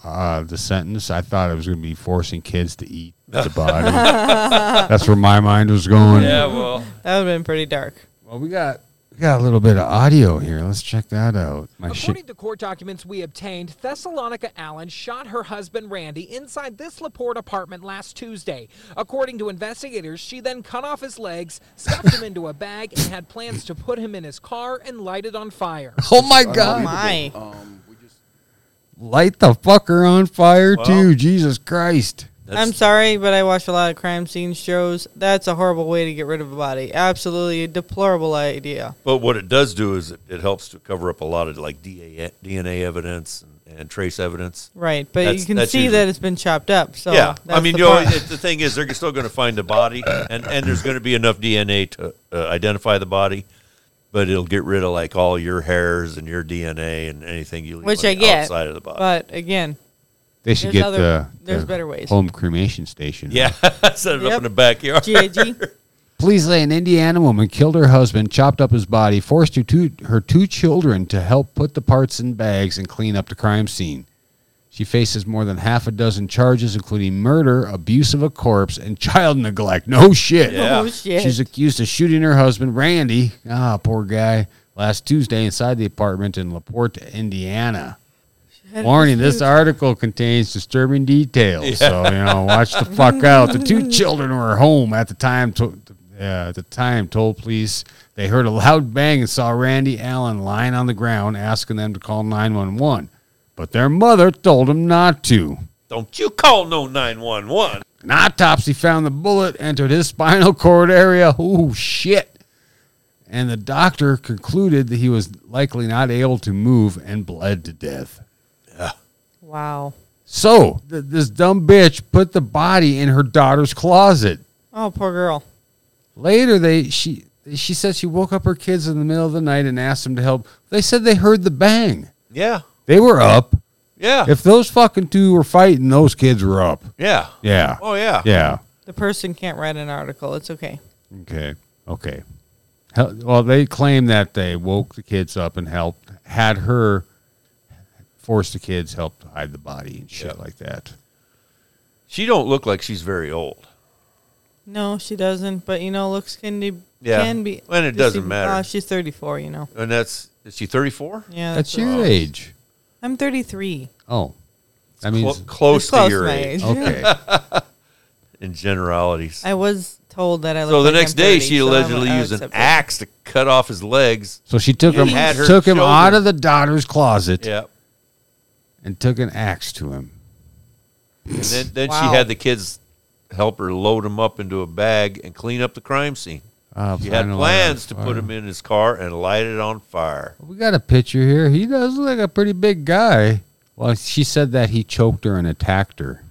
Speaker 1: uh, the sentence, I thought it was going to be forcing kids to eat the body. That's where my mind was going.
Speaker 4: Yeah, well,
Speaker 2: That would have been pretty dark.
Speaker 1: Well, we got we got a little bit of audio here. Let's check that out. My
Speaker 5: According
Speaker 1: shit.
Speaker 5: to court documents we obtained, Thessalonica Allen shot her husband Randy inside this Laporte apartment last Tuesday. According to investigators, she then cut off his legs, stuffed him into a bag, and had plans to put him in his car and light it on fire.
Speaker 1: Oh my
Speaker 2: Oh
Speaker 1: god!
Speaker 2: my.
Speaker 1: Light the fucker on fire
Speaker 4: Well-
Speaker 1: too. Jesus Christ!
Speaker 2: I'm sorry, but I watch a lot of crime scene shows. That's a horrible way to get rid of a body. Absolutely a deplorable idea.
Speaker 4: but what it does do is it, it helps to cover up a lot of like DA, DNA evidence and, and trace evidence.
Speaker 2: Right, but
Speaker 4: That's-
Speaker 2: you can
Speaker 4: that's
Speaker 2: see
Speaker 4: usually-
Speaker 2: that it's been chopped up. So
Speaker 4: yeah, I
Speaker 2: that's
Speaker 4: mean,
Speaker 2: the
Speaker 4: you know,
Speaker 2: part.
Speaker 4: it, the thing is, they're still going to find the body, and and there's going to be enough DNA to uh, identify the body, but it'll get rid of like all your hairs and your DNA and anything you leave
Speaker 2: which
Speaker 4: on
Speaker 2: I
Speaker 4: the
Speaker 2: get.
Speaker 4: outside of the body.
Speaker 2: But again,
Speaker 1: They should
Speaker 2: There's
Speaker 1: get
Speaker 2: other-
Speaker 1: the
Speaker 2: there's
Speaker 1: the
Speaker 2: better ways.
Speaker 1: home cremation station.
Speaker 4: yeah, set it up
Speaker 2: Yep.
Speaker 4: in the backyard.
Speaker 2: GAG.
Speaker 1: Police say an Indiana woman killed her husband, chopped up his body, forced her two, her two children to help put the parts in bags and clean up the crime scene. She faces more than half a dozen charges, including murder, abuse of a corpse, and child neglect. No shit.
Speaker 4: Yeah.
Speaker 2: Oh, shit.
Speaker 1: She's accused of shooting her husband, Randy. Ah, poor guy. Last Tuesday inside the apartment in LaPorte, Indiana. Warning, this article contains disturbing details. So, you know, watch the fuck out. The two children were home at the time. To, uh, at the time, told police they heard a loud bang and saw Randy Allen lying on the ground, asking them to call 911. But their mother told them not to.
Speaker 4: Don't you call no 911.
Speaker 1: An autopsy found the bullet entered his spinal cord area. Ooh, shit. And the doctor concluded that he was likely not able to move and bled to death.
Speaker 2: wow.
Speaker 1: So, th- this dumb bitch put the body in her daughter's closet.
Speaker 2: Oh, poor girl.
Speaker 1: Later, they she she said she woke up her kids in the middle of the night and asked them to help. They said they heard the bang.
Speaker 4: Yeah.
Speaker 1: They were up.
Speaker 4: Yeah.
Speaker 1: If those fucking two were fighting, those kids were up.
Speaker 4: yeah.
Speaker 1: Yeah.
Speaker 4: Oh, yeah.
Speaker 1: Yeah.
Speaker 2: The person can't write an article. It's okay.
Speaker 1: Okay. Okay. Hel- Well, they claim that they woke the kids up and helped, had her force the kids help to hide the body and shit like that.
Speaker 4: She don't look like she's very old.
Speaker 2: No, she doesn't. But you know, looks can be.
Speaker 4: Yeah.
Speaker 2: Can be.
Speaker 4: And it doesn't
Speaker 2: deceiving.
Speaker 4: matter.
Speaker 2: Uh, she's 34. You know.
Speaker 4: And that's, is she 34?
Speaker 2: Yeah.
Speaker 1: That's
Speaker 2: what-
Speaker 1: your age.
Speaker 2: I'm 33.
Speaker 1: Oh. That
Speaker 4: Clo-
Speaker 1: means.
Speaker 4: close,
Speaker 2: It's close
Speaker 4: to your
Speaker 2: my
Speaker 4: age.
Speaker 2: age.
Speaker 1: Okay.
Speaker 4: In generalities.
Speaker 2: I was told that I.
Speaker 4: So
Speaker 2: look
Speaker 4: the
Speaker 2: like
Speaker 4: next
Speaker 2: I'm
Speaker 4: day,
Speaker 2: 30,
Speaker 4: she
Speaker 2: so I-
Speaker 4: allegedly
Speaker 2: I
Speaker 4: used an
Speaker 2: accept it.
Speaker 4: axe to cut off his legs.
Speaker 1: So she took
Speaker 4: You
Speaker 1: him
Speaker 4: had her
Speaker 1: took him
Speaker 4: children.
Speaker 1: out of the daughter's closet
Speaker 4: Yeah.
Speaker 1: and took an axe to him.
Speaker 4: And then, then
Speaker 2: Wow.
Speaker 4: she had the kids help her load him up into a bag and clean up the crime scene.
Speaker 1: Uh,
Speaker 4: She had
Speaker 1: final
Speaker 4: plans to
Speaker 1: fire.
Speaker 4: put him in his car and light it on fire.
Speaker 1: We got a picture here. He does look like a pretty big guy. Well, she said that he choked her and attacked her,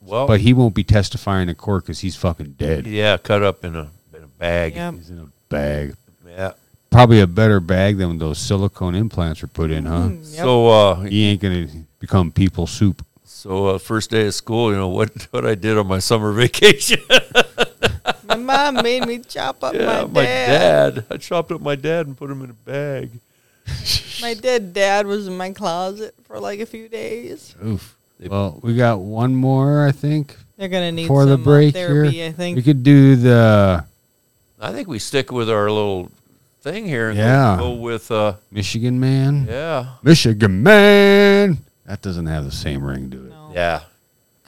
Speaker 4: Well,
Speaker 1: but he won't be testifying in court because he's fucking dead.
Speaker 4: Oh. yeah, cut up in a in a bag.
Speaker 2: Yep.
Speaker 1: He's in a bag.
Speaker 4: Yeah.
Speaker 1: Probably a better bag than when those silicone implants were put in, huh?
Speaker 2: Yep.
Speaker 4: So uh,
Speaker 1: He ain't gonna become people soup.
Speaker 4: so uh, first day of school, you know what what I did on my summer vacation.
Speaker 2: My mom made me chop up
Speaker 4: yeah,
Speaker 2: my,
Speaker 4: my
Speaker 2: dad.
Speaker 4: dad. I chopped up my dad and put him in a bag.
Speaker 2: My dead dad was in my closet for like a few days.
Speaker 1: Oof. Well, we got one more, I think,
Speaker 2: They're gonna need
Speaker 1: for
Speaker 2: some
Speaker 1: the
Speaker 2: uh,
Speaker 1: break
Speaker 2: therapy,
Speaker 1: here.
Speaker 2: I
Speaker 1: we
Speaker 2: think.
Speaker 1: could do the
Speaker 4: I think we stick with our little thing here and go-
Speaker 1: Yeah.
Speaker 4: go, with uh,
Speaker 1: Michigan man.
Speaker 4: yeah,
Speaker 1: Michigan man. That doesn't have the same ring, do it?
Speaker 2: No.
Speaker 4: yeah.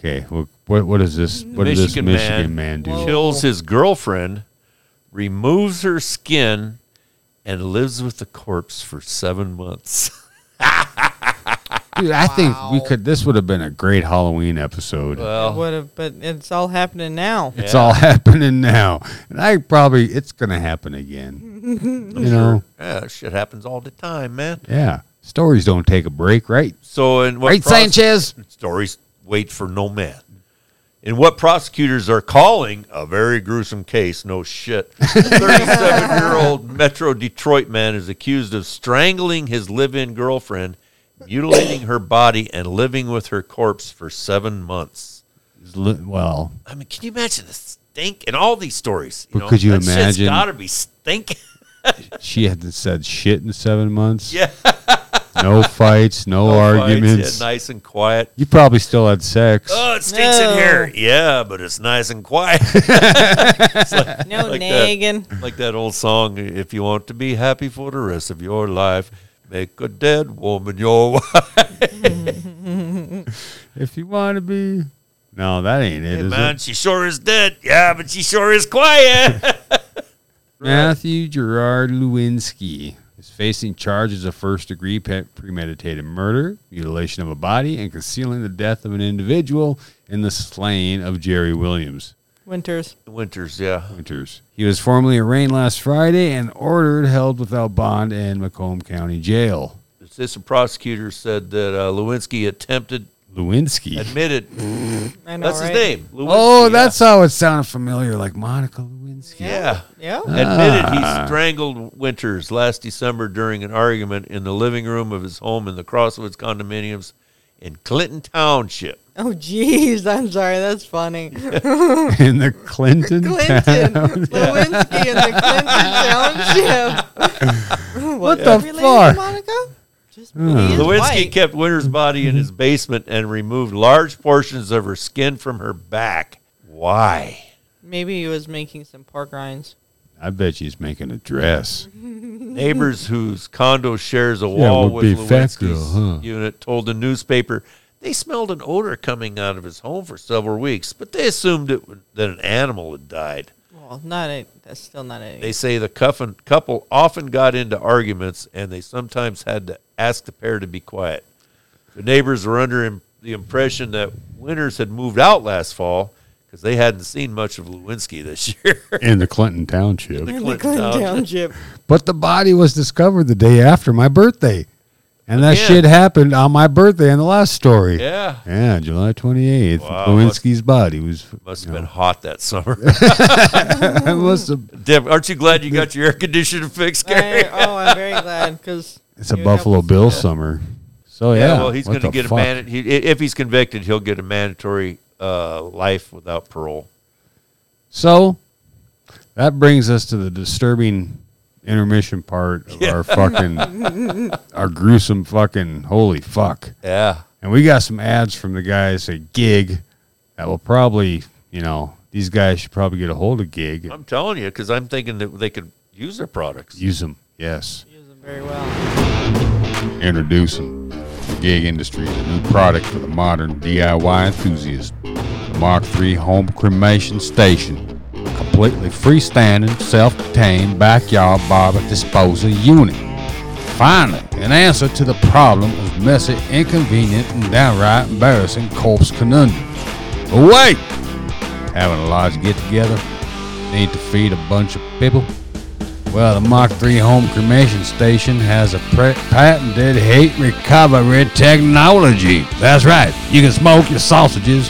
Speaker 1: Okay. Well, what what does this what does this
Speaker 4: Michigan man.
Speaker 1: Michigan man, do?
Speaker 2: Whoa.
Speaker 4: Kills his girlfriend, removes her skin, and lives with the corpse for seven months.
Speaker 1: Dude, I think we could. This would have been a great Halloween episode.
Speaker 2: I would have, but it's all happening now.
Speaker 1: it's all happening now, and I probably it's gonna happen again. you know?
Speaker 4: Yeah, that shit happens all the time, man.
Speaker 1: Yeah. Stories don't take a break, right?
Speaker 4: So, and what
Speaker 1: right,
Speaker 4: pros-
Speaker 1: Sanchez.
Speaker 4: stories wait for no man. In what prosecutors are calling a very gruesome case, no shit. 37 year old Metro Detroit man is accused of strangling his live in girlfriend, mutilating her body, and living with her corpse for seven months.
Speaker 1: Li- Well,
Speaker 4: I mean, can you imagine the stink in all these stories? You
Speaker 1: But could you
Speaker 4: that shit's
Speaker 1: imagine-
Speaker 4: gotta be stinking.
Speaker 1: she hadn't said shit in seven months. Yeah. no fights, no,
Speaker 4: Fights,
Speaker 1: arguments.
Speaker 4: Oh, yeah, nice and quiet.
Speaker 1: you probably still had sex.
Speaker 4: Oh, it stinks in
Speaker 2: No.
Speaker 4: here. Yeah, but it's nice and quiet.
Speaker 2: No
Speaker 4: Like that.
Speaker 2: nagging.
Speaker 4: like that old song if you want to be happy for the rest of your life make a dead woman your wife
Speaker 1: If you want to be. No, that ain't it,
Speaker 4: hey,
Speaker 1: is
Speaker 4: man
Speaker 1: it?
Speaker 4: she sure is dead yeah but she sure is quiet
Speaker 1: Matthew Gerard Lewinsky is facing charges of first degree pe- premeditated murder, mutilation of a body, and concealing the death of an individual in the slaying of Jerry Williams.
Speaker 2: Winters.
Speaker 4: winters yeah
Speaker 1: Winters. He was formally arraigned last Friday and ordered held without bond in Macomb County Jail.
Speaker 4: assistant prosecutor said that uh, lewinsky attempted
Speaker 1: Lewinsky.
Speaker 4: admitted
Speaker 2: I know,
Speaker 4: that's his
Speaker 2: Mm. right?
Speaker 4: name Lewinsky,
Speaker 1: Oh,
Speaker 4: yeah.
Speaker 1: that's how it sounded familiar, like Monica Lewinsky.
Speaker 4: yeah
Speaker 2: Yeah.
Speaker 4: admitted
Speaker 1: Ah.
Speaker 4: he strangled Winters last December during an argument in the living room of his home in the Crosswoods condominiums in Clinton Township.
Speaker 2: Oh, jeez. I'm sorry. That's funny.
Speaker 1: In the Clinton.
Speaker 2: Clinton. Lewinsky in the Clinton Township.
Speaker 1: What the
Speaker 2: Related to
Speaker 1: fuck?
Speaker 2: Monica? Just because he's
Speaker 4: Lewinsky
Speaker 2: white.
Speaker 4: kept Winter's body in his basement and removed large portions of her skin from her back. Why?
Speaker 2: Maybe he was making some pork rinds.
Speaker 1: I bet she's making a dress.
Speaker 4: Neighbors whose condo shares a
Speaker 1: Yeah,
Speaker 4: wall
Speaker 1: would
Speaker 4: with
Speaker 1: be fat girl,
Speaker 4: Lewinsky's
Speaker 1: huh?
Speaker 4: unit told the newspaper they smelled an odor coming out of his home for several weeks, but they assumed it would, that an animal had died.
Speaker 2: Well, not a. That's still not a.
Speaker 4: They say the cuffin- couple often got into arguments and they sometimes had to ask the pair to be quiet. The neighbors were under im- the impression that Winters had moved out last fall because they hadn't seen much of Lewinsky this year.
Speaker 1: In the Clinton Township.
Speaker 4: The
Speaker 2: the
Speaker 4: Clinton
Speaker 2: Clinton
Speaker 4: Town-
Speaker 2: Township.
Speaker 1: But the body was discovered the day after my birthday. And that
Speaker 4: Again.
Speaker 1: shit happened on my birthday in the last story.
Speaker 4: yeah.
Speaker 1: Yeah, July 28th.
Speaker 4: Wow,
Speaker 1: Lewinsky's body was.
Speaker 4: Must
Speaker 1: you
Speaker 4: have been
Speaker 1: know,
Speaker 4: hot that summer.
Speaker 1: I must have.
Speaker 4: Deb, aren't you glad you got your air conditioner fixed, Gary?
Speaker 2: I, oh, I'm very glad because
Speaker 1: It's a Buffalo Bill summer. So, Oh, yeah.
Speaker 4: well, he's
Speaker 1: what
Speaker 4: going to
Speaker 1: the
Speaker 4: get
Speaker 1: fuck?
Speaker 4: a man. He, i- if he's convicted, he'll get a mandatory uh, life without parole.
Speaker 1: So, that brings us to the disturbing intermission part of our fucking, our gruesome fucking holy fuck.
Speaker 4: Yeah.
Speaker 1: And we got some ads from the guys at Gig that will probably, you know, these guys should probably get a hold of Gig and
Speaker 4: I'm telling you, because I'm thinking that they could use their products.
Speaker 1: use them. Yes.
Speaker 2: he wasn't very well.
Speaker 1: Introduce them. The Gig Industries, a new product for the modern DIY enthusiast. The Mark III Home Cremation Station. Completely freestanding, self contained backyard barber disposal unit. Finally, an answer to the problem of messy, inconvenient, and downright embarrassing corpse conundrum. But wait! Having a large get together? Need to feed a bunch of people? Well, the Mach 3 home cremation station has a pre- patented heat recovery technology. That's right. You can smoke your sausages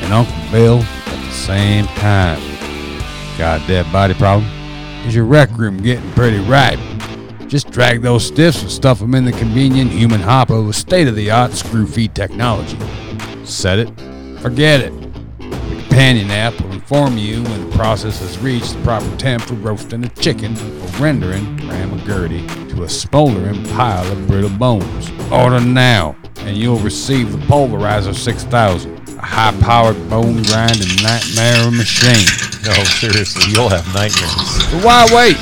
Speaker 1: and Uncle Bill at the same time. Got a dead body problem? Is your rec room getting pretty ripe? Just drag those stiffs and stuff them in the convenient human hopper with state-of-the-art screw feed technology. Set it, forget it. The companion app will inform you when the process has reached the proper temp for roasting a chicken or rendering Ramagurdy to a smoldering pile of brittle bones. Order now, and you'll receive the Pulverizer 6000, a high-powered bone grinding nightmare machine.
Speaker 4: No, seriously, you'll have nightmares.
Speaker 1: But why wait?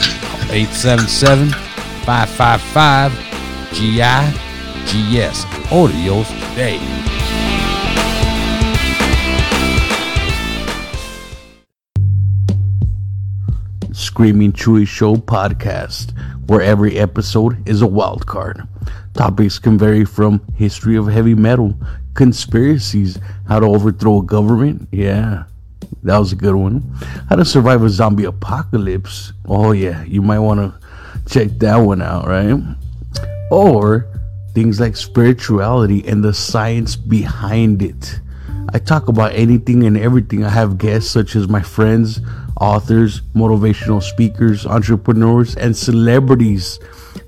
Speaker 1: 877 555 GIGS. Order yours today.
Speaker 6: Screaming Chewy Show podcast, where every episode is a wild card. Topics can vary from history of heavy metal, conspiracies, how to overthrow a government. Yeah, that was a good one. How to survive a zombie apocalypse. Oh, yeah, you might want to check that one out, right? Or things like spirituality and the science behind it. I talk about anything and everything. I have guests such as my friends, authors, motivational speakers, entrepreneurs, and celebrities.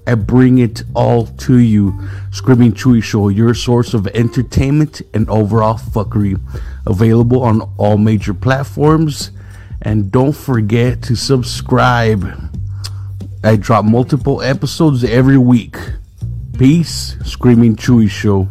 Speaker 6: I bring it all to you. Screaming Chewy Show, your source of entertainment and overall fuckery. Available on all major platforms. And don't forget to subscribe. I drop multiple episodes every week. Peace, Screaming Chewy Show.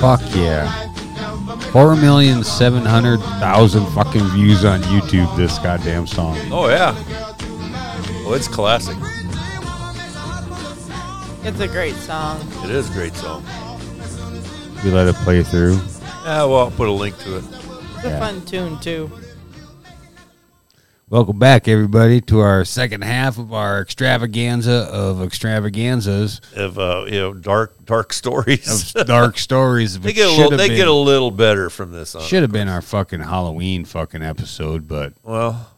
Speaker 1: Fuck yeah. 4,700,000 fucking views on YouTube, this goddamn song.
Speaker 4: Oh yeah. Well, it's classic.
Speaker 2: It's a great song.
Speaker 4: It is a great song.
Speaker 1: You let it play through.
Speaker 4: Yeah, well, I'll put a link to it.
Speaker 2: It's
Speaker 1: Yeah.
Speaker 2: a fun tune too.
Speaker 1: Welcome back, everybody, to our second half of our extravaganza of extravaganzas
Speaker 4: Of uh, you know, dark dark stories.
Speaker 1: of dark stories.
Speaker 4: they get a little, they get a little better from this on.
Speaker 1: Should have been our fucking Halloween fucking episode, but
Speaker 4: Well,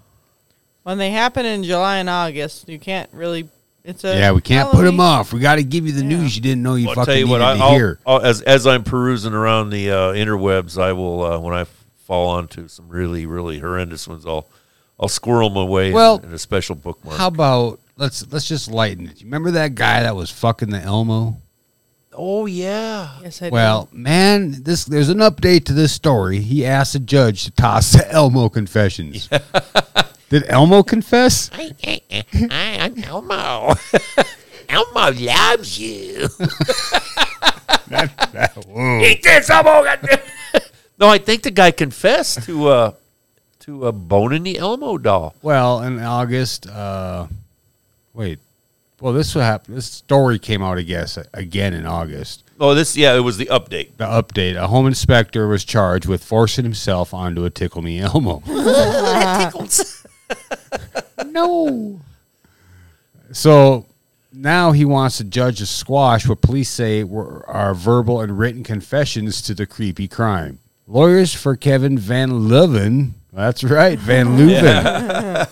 Speaker 2: When they happen in July and August, you can't really.
Speaker 4: Uh,
Speaker 2: It's a
Speaker 1: yeah, we can't put them
Speaker 2: Halloween.
Speaker 1: off. We got to give you the news you didn't know you
Speaker 4: I'll
Speaker 1: fucking
Speaker 4: tell you what.
Speaker 1: needed
Speaker 4: I,
Speaker 1: to
Speaker 4: I'll,
Speaker 1: hear.
Speaker 4: I'll, as as I'm perusing around the uh, interwebs, I will uh, when I fall onto some really really horrendous ones, I'll I'll squirrel my way
Speaker 1: Well,
Speaker 4: in, in a special bookmark.
Speaker 1: How about let's let's just lighten it. You remember that guy that was fucking the Elmo?
Speaker 4: oh yeah,
Speaker 2: Yes, I do.
Speaker 1: Well, man, this there's an update to this story. He asked the judge to toss the Elmo confessions. Did Elmo confess?
Speaker 3: I'm Elmo. Elmo loves you. Eat this, Elmo.
Speaker 4: no, I think the guy confessed to uh to a bone in the Elmo doll.
Speaker 1: Well, in August, uh, wait. Well, this what happened. This story came out, I guess, again in August.
Speaker 4: Oh, this yeah, it was the update.
Speaker 1: The update: A home inspector was charged with forcing himself onto a Tickle Me Elmo. no. So now he wants the judge to squash what police say were are verbal and written confessions to the creepy crime. Lawyers for Kevin Van Leuven, that's right, Van Leuven,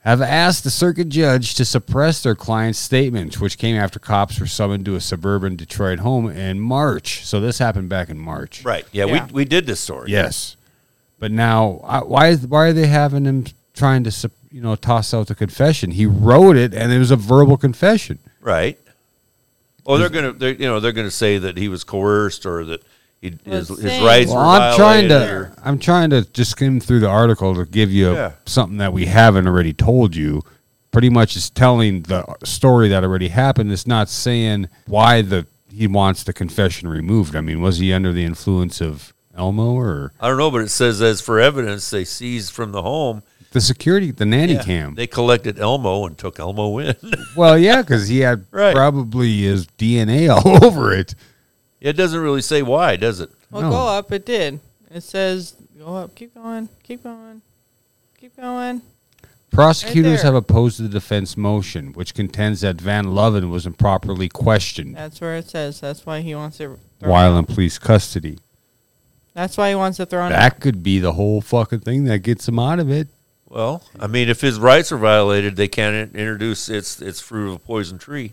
Speaker 1: have asked the circuit judge to suppress their client's statements, which came after cops were summoned to a suburban Detroit home in March. So this happened back in March.
Speaker 4: Right. Yeah,
Speaker 2: Yeah.
Speaker 4: we we did this story.
Speaker 1: Yes, but now I- why is why are they having him trying to sup- you know toss out the confession? He wrote it, and it was a verbal confession.
Speaker 4: Right. Oh, they're gonna they you know they're gonna say that he was coerced or that he, his,
Speaker 2: Let's
Speaker 4: his
Speaker 2: see.
Speaker 4: rights
Speaker 1: Well,
Speaker 4: were
Speaker 1: I'm trying
Speaker 4: violated.
Speaker 1: to
Speaker 4: or-
Speaker 1: I'm trying to just skim through the article to give you
Speaker 4: Yeah.
Speaker 1: something that we haven't already told you. Pretty much is telling the story that already happened. It's not saying why the he wants the confession removed. I mean, was he under the influence of Elmo or
Speaker 4: I don't know, but it says as for evidence they seized from the home.
Speaker 1: the security, the nanny cam?
Speaker 4: They collected Elmo and took Elmo in.
Speaker 1: well, yeah, because he had
Speaker 4: Right.
Speaker 1: probably his DNA all over it.
Speaker 4: it doesn't really say why, does it?
Speaker 2: well,
Speaker 1: no.
Speaker 2: go up. It did. It says go up. Keep going. Keep going. Keep going.
Speaker 1: Prosecutors
Speaker 2: there.
Speaker 1: have opposed the defense motion, which contends that Van Loven was improperly questioned
Speaker 2: That's where it says. That's why he wants to. Throw
Speaker 1: while in police custody.
Speaker 2: That's why he wants to throw him.
Speaker 1: That could be the whole fucking thing that gets him out of it.
Speaker 4: Well, I mean, if his rights are violated, they can't in- introduce its its fruit of a poison tree.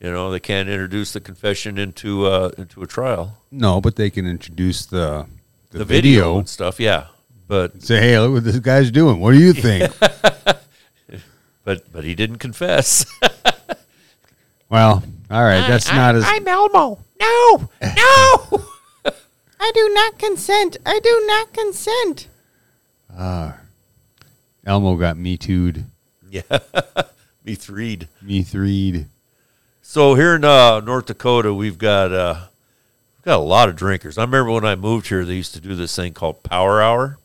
Speaker 4: You know, they can't introduce the confession into uh, into a trial.
Speaker 1: No, but they can introduce the the,
Speaker 4: The video,
Speaker 1: video.
Speaker 4: and stuff, yeah. But
Speaker 1: Say, hey, look what this guy's doing. What do you think?
Speaker 4: but but he didn't confess.
Speaker 1: well, all right, that's not as
Speaker 4: Elmo. No, no.
Speaker 2: I do not consent. I do not consent.
Speaker 1: Elmo got me too'd,
Speaker 4: yeah, me threed.
Speaker 1: me threed.
Speaker 4: So here in uh, North Dakota, we've got uh, we've got a lot of drinkers. I remember when I moved here, they used to do this thing called Power Hour,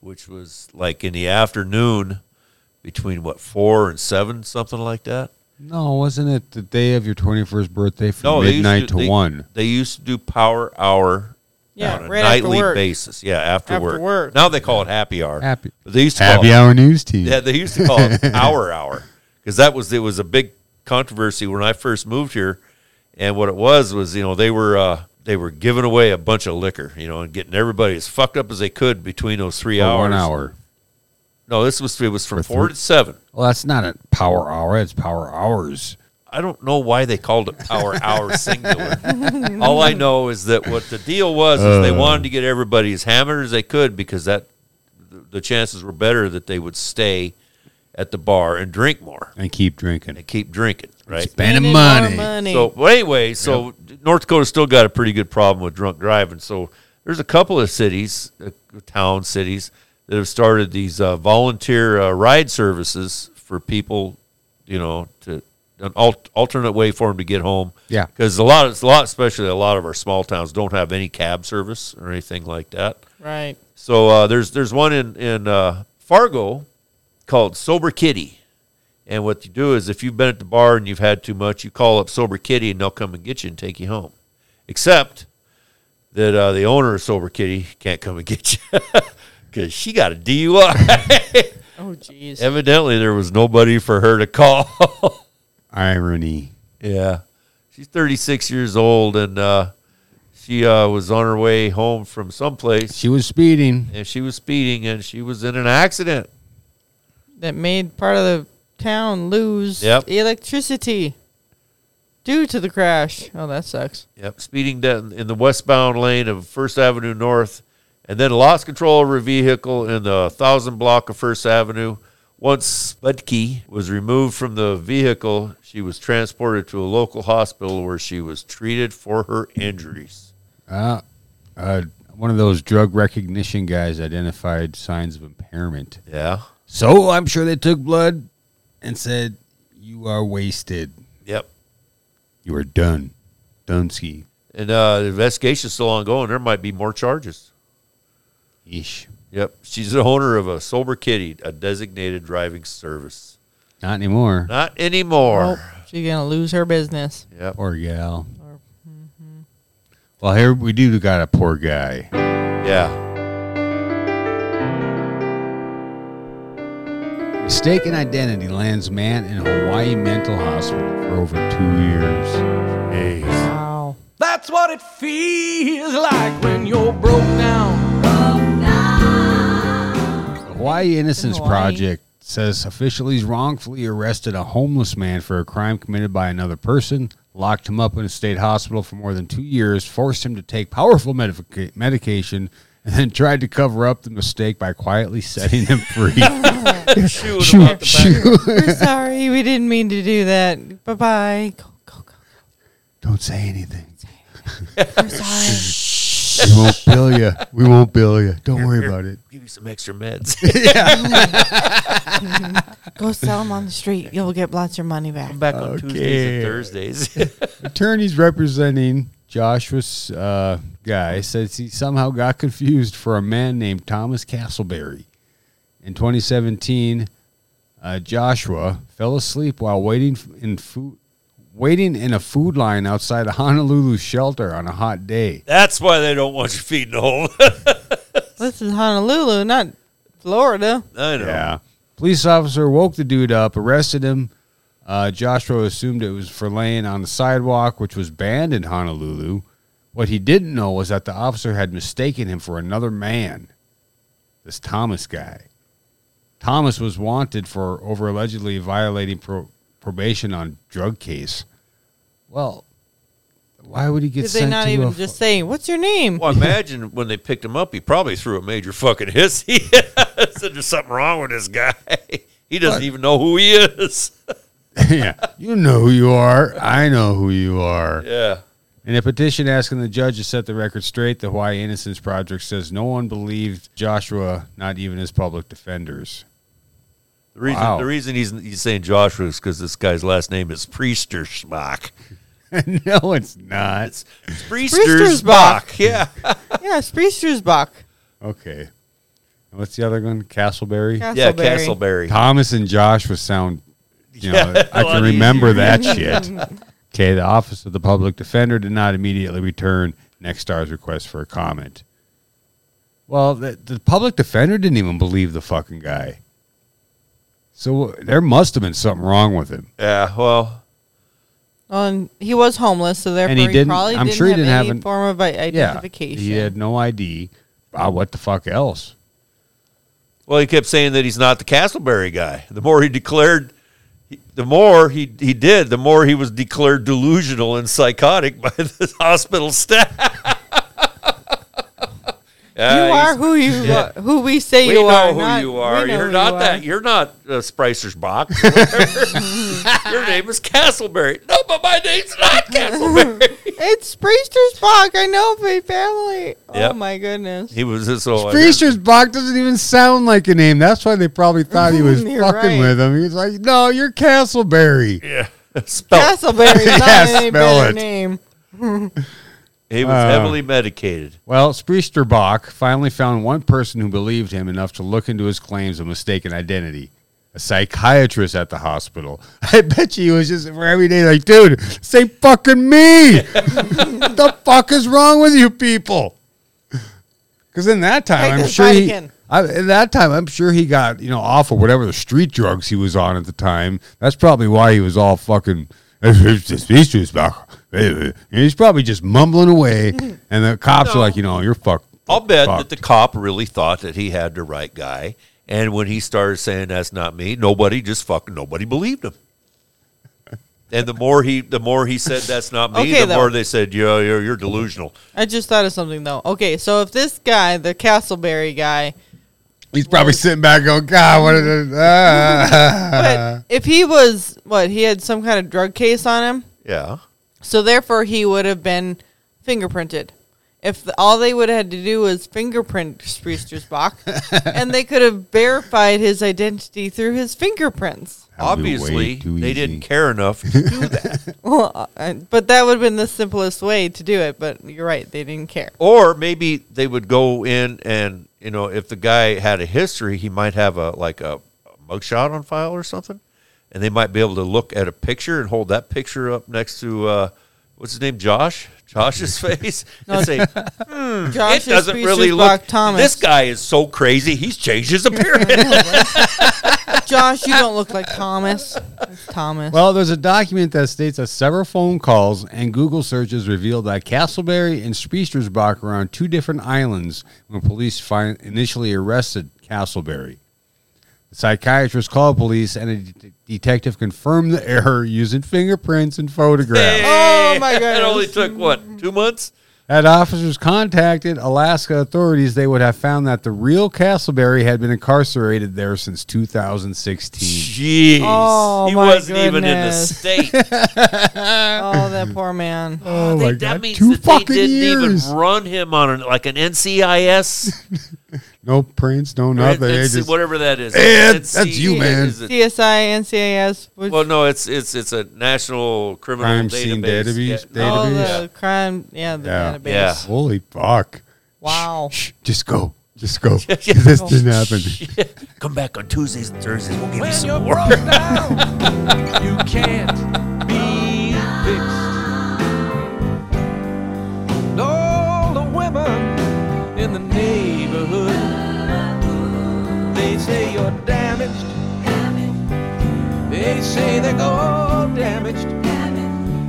Speaker 4: which was like in the afternoon between what four and seven, something like that.
Speaker 1: No, wasn't it the day of your twenty first birthday from
Speaker 4: No, they
Speaker 1: midnight
Speaker 4: used
Speaker 1: to
Speaker 4: they-
Speaker 1: one?
Speaker 4: They used to do Power Hour.
Speaker 2: Yeah,
Speaker 4: on a
Speaker 2: right after
Speaker 4: nightly
Speaker 2: work.
Speaker 4: basis. Yeah, after,
Speaker 2: After
Speaker 4: work.
Speaker 2: work.
Speaker 4: Now they call it Happy Hour.
Speaker 1: Happy-
Speaker 4: But they used to call
Speaker 1: Happy
Speaker 4: it
Speaker 1: hour news team.
Speaker 4: Yeah, they used to call it Power Hour because that was it was a big controversy when I first moved here, and what it was was you know they were uh, they were giving away a bunch of liquor you know and getting everybody as fucked up as they could between those three
Speaker 1: For
Speaker 4: hours.
Speaker 1: one hour.
Speaker 4: No, this was it was from
Speaker 1: For
Speaker 4: four
Speaker 1: three-
Speaker 4: to seven.
Speaker 1: Well, that's not a power hour. It's power hours.
Speaker 4: I don't know why they called it Power Hour singular. All I know is that what the deal was is they wanted to get everybody as hammered as they could because that the, the chances were better that they would stay at the bar and drink more
Speaker 1: And keep drinking.
Speaker 4: and keep drinking. Right.
Speaker 1: Spending
Speaker 2: Spending
Speaker 1: money.
Speaker 2: more money.
Speaker 4: So, but anyway, so North Dakota's still got a pretty good problem with drunk driving. So there's a couple of cities, uh, town cities, that have started these uh, volunteer uh, ride services for people, you know, to an al- alternate way for them to get home.
Speaker 1: Yeah.
Speaker 4: because a lot, it's a lot, especially a lot of our small towns don't have any cab service or anything like that.
Speaker 2: Right.
Speaker 4: So uh, there's there's one in in uh, Fargo called Sober Kitty, and what you do is if you've been at the bar and you've had too much, you call up Sober Kitty and they'll come and get you and take you home. Except that uh, the owner of Sober Kitty can't come and get you because she got a DUI.
Speaker 2: Oh, jeez.
Speaker 4: Evidently, there was nobody for her to call.
Speaker 1: Irony.
Speaker 4: Yeah. She's 36 years old and uh, she uh, was on her way home from someplace
Speaker 1: She was speeding.
Speaker 4: and she was speeding and she was in an accident.
Speaker 2: that made part of the town lose
Speaker 4: Yep.
Speaker 2: electricity due to the crash. Oh, that sucks.
Speaker 4: Yep. Speeding down in the westbound lane of First Avenue North and then lost control of her vehicle in the 1000 block of First Avenue. Once Spudkey was removed from the vehicle, she was transported to a local hospital where she was treated for her injuries.
Speaker 1: Uh, uh, one of those drug recognition guys identified signs of impairment.
Speaker 4: Yeah.
Speaker 1: So I'm sure they took blood and said, You are wasted.
Speaker 4: Yep.
Speaker 1: You are done. Dunsky.
Speaker 4: And uh, the investigation's still ongoing. There might be more charges.
Speaker 1: Ish.
Speaker 4: Yep. She's the owner of a sober kitty, a designated driving service.
Speaker 1: Not anymore.
Speaker 4: Not anymore.
Speaker 2: Nope. She's going to Oh, lose her business.
Speaker 4: Yep.
Speaker 1: Poor gal. Well, here we do got a poor guy.
Speaker 4: Yeah.
Speaker 1: Mistaken identity lands man in Hawaii mental hospital for over two years.
Speaker 2: Wow.
Speaker 7: That's what it feels like when you're broke down.
Speaker 1: The Hawaii Innocence
Speaker 2: Hawaii.
Speaker 1: Project says officially wrongfully arrested a homeless man for a crime committed by another person, locked him up in a state hospital for more than two years, forced him to take powerful medica- medication, and then tried to cover up the mistake by quietly setting him free.
Speaker 4: Shoot, about the back.
Speaker 2: We're sorry. We didn't mean to do that. Bye bye. Go, go, go.
Speaker 1: Don't say anything.
Speaker 2: We're sorry.
Speaker 1: We won't bill you. We won't bill you. Don't worry about it.
Speaker 4: Give you some extra meds.
Speaker 2: Go sell them on the street. You'll get lots of money back.
Speaker 4: back on Tuesdays
Speaker 1: Okay.
Speaker 4: and Thursdays.
Speaker 1: attorneys representing Joshua's uh, guy says he somehow got confused for a man named Thomas Castleberry. In 2017, uh, Joshua fell asleep while waiting f- in food, waiting in a food line outside a Honolulu shelter on a hot day.
Speaker 4: That's why they don't want you feeding the whole.
Speaker 2: This is Honolulu, not Florida.
Speaker 4: I know.
Speaker 1: Police officer woke the dude up, arrested him. Uh, Joshua assumed it was for laying on the sidewalk, which was banned in Honolulu. What he didn't know was that the officer had mistaken him for another man, this Thomas guy. Thomas was wanted for over allegedly violating pro- probation on drug case. Well, why would he get
Speaker 2: Did they
Speaker 1: sent
Speaker 2: not
Speaker 1: to a
Speaker 2: even
Speaker 1: fu-
Speaker 2: just say, What's your name?
Speaker 4: Well, imagine when they picked him up, he probably threw a major fucking hissy. Said there's something wrong with this guy. He doesn't even know who he is.
Speaker 1: yeah, you know who you are. I know who you are.
Speaker 4: Yeah.
Speaker 1: In a petition asking the judge to set the record straight, the Hawaii Innocence Project says no one believed Joshua, not even his public defenders.
Speaker 4: The reason
Speaker 1: Wow.
Speaker 4: the reason he's he's saying Joshua is because this guy's last name is Priesterschbach.
Speaker 1: no, it's not.
Speaker 4: It's Priesterschbach. Yeah.
Speaker 2: yeah, it's Priester'sbach.
Speaker 1: Okay. And What's the other one? Castleberry?
Speaker 2: Castleberry.
Speaker 4: Yeah, Castleberry.
Speaker 1: Thomas and Joshua sound, you know,
Speaker 4: Yeah,
Speaker 1: I
Speaker 4: a lot
Speaker 1: can remember
Speaker 4: easier.
Speaker 1: that shit. Okay, the Office of the Public Defender did not immediately return Nextstar's request for a comment. Well, the, the public defender didn't even believe the fucking guy. So uh, there must have been something wrong with him.
Speaker 4: Yeah. Well,
Speaker 2: Well, and he was homeless, so therefore
Speaker 1: And he
Speaker 2: he,
Speaker 1: didn't-
Speaker 2: probably
Speaker 1: I'm
Speaker 2: didn't
Speaker 1: sure he
Speaker 2: have
Speaker 1: didn't have
Speaker 2: any
Speaker 1: an-
Speaker 2: form of i-
Speaker 1: Yeah,
Speaker 2: identification.
Speaker 1: he had no ID. Ah, what the fuck else?
Speaker 4: well, he kept saying that he's not the Castleberry guy. The more he declared, he- the more he he did, the more he was declared delusional and psychotic by the hospital staff.
Speaker 2: you
Speaker 4: Yeah, he's-
Speaker 2: are who you are, who we say
Speaker 4: We
Speaker 2: you
Speaker 4: know
Speaker 2: are.
Speaker 4: who
Speaker 2: not-
Speaker 4: you
Speaker 2: we
Speaker 4: are.
Speaker 2: know
Speaker 4: You're
Speaker 2: who
Speaker 4: not
Speaker 2: you
Speaker 4: that.
Speaker 2: are.
Speaker 4: You're not uh, Spicer's box. Your name is Castleberry. No, but my name's not Castleberry.
Speaker 2: It's Priester's Bach. I know my family. Oh
Speaker 4: Yep.
Speaker 2: my goodness.
Speaker 4: he was just so.
Speaker 1: Priester's Bach doesn't even sound like a name. That's why they probably thought he was fucking
Speaker 2: You're right.
Speaker 1: with him. He's like, no, you're Castleberry.
Speaker 4: Spelled.
Speaker 2: Castleberry is not
Speaker 1: Yeah,
Speaker 2: any
Speaker 1: spell
Speaker 2: better
Speaker 1: it.
Speaker 2: name.
Speaker 4: He was heavily medicated.
Speaker 1: Well, Spreesterbach finally found one person who believed him enough to look into his claims of mistaken identity. A psychiatrist at the hospital. I bet you he was just for every day like, dude, say fucking me. what the fuck is wrong with you people? Because in that time,
Speaker 2: Take
Speaker 1: I'm
Speaker 2: this
Speaker 1: sure he,
Speaker 2: Vatican.
Speaker 1: I, in that time, I'm sure he got you know off of whatever the street drugs he was on at the time. That's probably why he was all fucking. He's probably just mumbling away, and the cops are like, you know, you're fucked.
Speaker 4: I'll bet
Speaker 1: fucked.
Speaker 4: that the cop really thought that he had the right guy, and when he started saying that's not me, nobody just fucking nobody believed him. And the more he, the more he said that's not me,
Speaker 2: Okay,
Speaker 4: the
Speaker 2: though.
Speaker 4: more they said, "Yeah, you're, you're delusional."
Speaker 2: I just thought of something though. Okay, so if this guy, the Castleberry guy,
Speaker 1: He's probably sitting back going, God, what is it? Ah.
Speaker 2: but if he was what he had some kind of drug case on him,
Speaker 4: Yeah,
Speaker 2: so therefore he would have been fingerprinted. If th- all they would have had to do was fingerprint Spriestersbach, and they could have verified his identity through his fingerprints.
Speaker 1: That'd be way
Speaker 4: obviously
Speaker 1: too
Speaker 4: they
Speaker 1: easy.
Speaker 4: didn't care enough to do that.
Speaker 2: Well, uh, but that would have been the simplest way to do it. But you're right; they didn't care.
Speaker 4: or maybe they would go in and you know if the guy had a history he might have a like a, a mugshot on file or something and they might be able to look at a picture and hold that picture up next to uh, what's his name josh josh's face and say it
Speaker 2: Josh
Speaker 4: doesn't really look
Speaker 2: Thomas.
Speaker 4: this guy is so crazy he's changed his appearance
Speaker 2: Josh, you don't look like Thomas. It's Thomas.
Speaker 1: Well, there's a document that states that several phone calls and Google searches revealed that Castleberry and Spriestersbach were on two different islands when police fin- initially arrested Castleberry. The psychiatrist called police and a de- detective confirmed the error using fingerprints and photographs.
Speaker 2: Oh, my God.
Speaker 4: it only took what two months
Speaker 1: Had officers contacted Alaska authorities, they would have found that the real Castleberry had been incarcerated there since 2016.
Speaker 4: jeez
Speaker 2: Oh,
Speaker 4: he
Speaker 2: my
Speaker 4: wasn't even in the
Speaker 2: goodness.
Speaker 4: state
Speaker 2: oh, that poor man.
Speaker 1: Oh
Speaker 4: They-
Speaker 1: my
Speaker 4: that
Speaker 1: god,
Speaker 4: means
Speaker 1: two
Speaker 4: that they
Speaker 1: fucking
Speaker 4: didn't
Speaker 1: years.
Speaker 4: even run him on an, like an NCIS
Speaker 1: no prints, no
Speaker 4: Right,
Speaker 1: nothing. They
Speaker 4: it's-
Speaker 1: just-
Speaker 4: whatever that is.
Speaker 1: Eh,
Speaker 4: It's
Speaker 1: that's you,
Speaker 4: C-
Speaker 1: man.
Speaker 4: is it-
Speaker 2: CSI, NCIS, which,
Speaker 4: Well, no, it's it's it's a national criminal
Speaker 1: Crime
Speaker 4: database.
Speaker 1: scene database.
Speaker 4: Yeah,
Speaker 2: all
Speaker 1: database.
Speaker 2: the crime. Yeah, the
Speaker 1: Yeah.
Speaker 2: database.
Speaker 4: Yeah.
Speaker 1: Holy fuck.
Speaker 2: Wow.
Speaker 1: Shh, just go. Just go. this didn't
Speaker 4: Oh,
Speaker 1: happen.
Speaker 4: Come back on Tuesdays and Thursdays. We'll give you
Speaker 7: When
Speaker 4: some
Speaker 7: you're
Speaker 4: more.
Speaker 7: broke down, you can't be fixed. And all the women in the neighborhood, they say you're damaged. They say they're all damaged.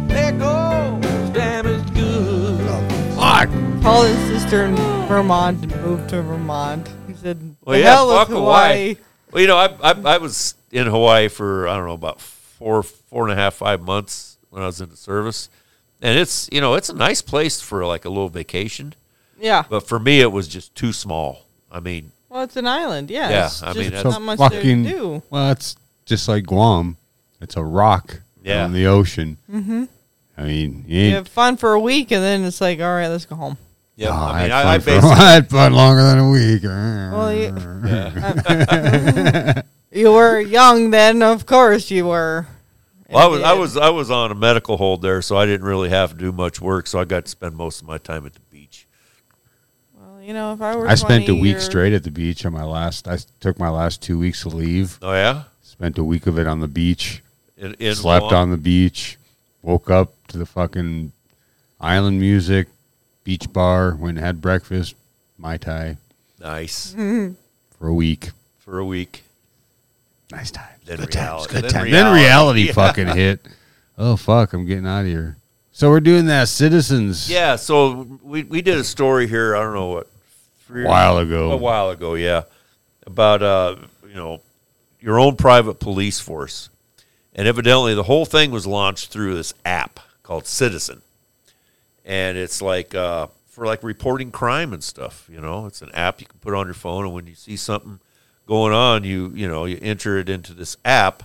Speaker 7: They're all damaged good.
Speaker 1: fuck.
Speaker 2: Call his sister in Vermont and moved to Vermont. He said,
Speaker 4: Well,
Speaker 2: the
Speaker 4: yeah,
Speaker 2: hell with
Speaker 4: fuck Hawaii.
Speaker 2: Hawaii.
Speaker 4: Well, you know, I, I I was in Hawaii for I don't know about four four and a half five months when I was in the service, and it's you know it's a nice place for like a little vacation,
Speaker 2: Yeah.
Speaker 4: but for me it was just too small. I mean,
Speaker 2: Well, it's an island. Yeah.
Speaker 4: Yeah,
Speaker 2: it's
Speaker 4: I
Speaker 2: just
Speaker 4: mean, that's-
Speaker 1: So
Speaker 2: not much
Speaker 1: fucking,
Speaker 2: there to do.
Speaker 1: Well, it's just like Guam. It's a rock
Speaker 4: Yeah.
Speaker 1: on the ocean. Mm-hmm. I mean, you ain't
Speaker 2: You have fun for a week, and then it's like, all right, let's go home.
Speaker 4: yeah,
Speaker 1: Oh,
Speaker 4: I mean,
Speaker 1: had fun
Speaker 4: I, I
Speaker 1: for-
Speaker 4: basically
Speaker 1: I had fun longer than a week.
Speaker 2: Well, you, uh, you were young then, of course you were.
Speaker 4: Well, I was I
Speaker 2: Yeah.
Speaker 4: was I was on a medical hold there, so I didn't really have to do much work. So I got to spend most of my time at the beach.
Speaker 2: Well, you know, if I were,
Speaker 1: I spent a
Speaker 2: 20
Speaker 1: week
Speaker 2: or-
Speaker 1: straight at the beach on my last. I took my last two weeks of leave.
Speaker 4: Oh yeah,
Speaker 1: Spent a week of it on the beach.
Speaker 4: in, in
Speaker 1: slept
Speaker 4: Guam?
Speaker 1: on the beach. Woke up to the fucking island music, beach bar. Went and had breakfast, mai tai
Speaker 4: nice
Speaker 1: for a week.
Speaker 4: for a week.
Speaker 1: Nice time.
Speaker 4: Then
Speaker 1: good
Speaker 4: reality.
Speaker 1: times. Good
Speaker 4: Then
Speaker 1: times. Then reality
Speaker 4: reality.
Speaker 1: fucking hit. Oh fuck! I'm getting out of here. So we're doing that, citizens.
Speaker 4: Yeah, so we we did a story here. I don't know what
Speaker 1: A
Speaker 4: three or-
Speaker 1: while ago.
Speaker 4: a while ago, yeah, about uh you know your own private police force, and evidently the whole thing was launched through this app called Citizen, and it's like uh, for like reporting crime and stuff. You know, it's an app you can put on your phone, and when you see something going on, you you know you enter it into this app,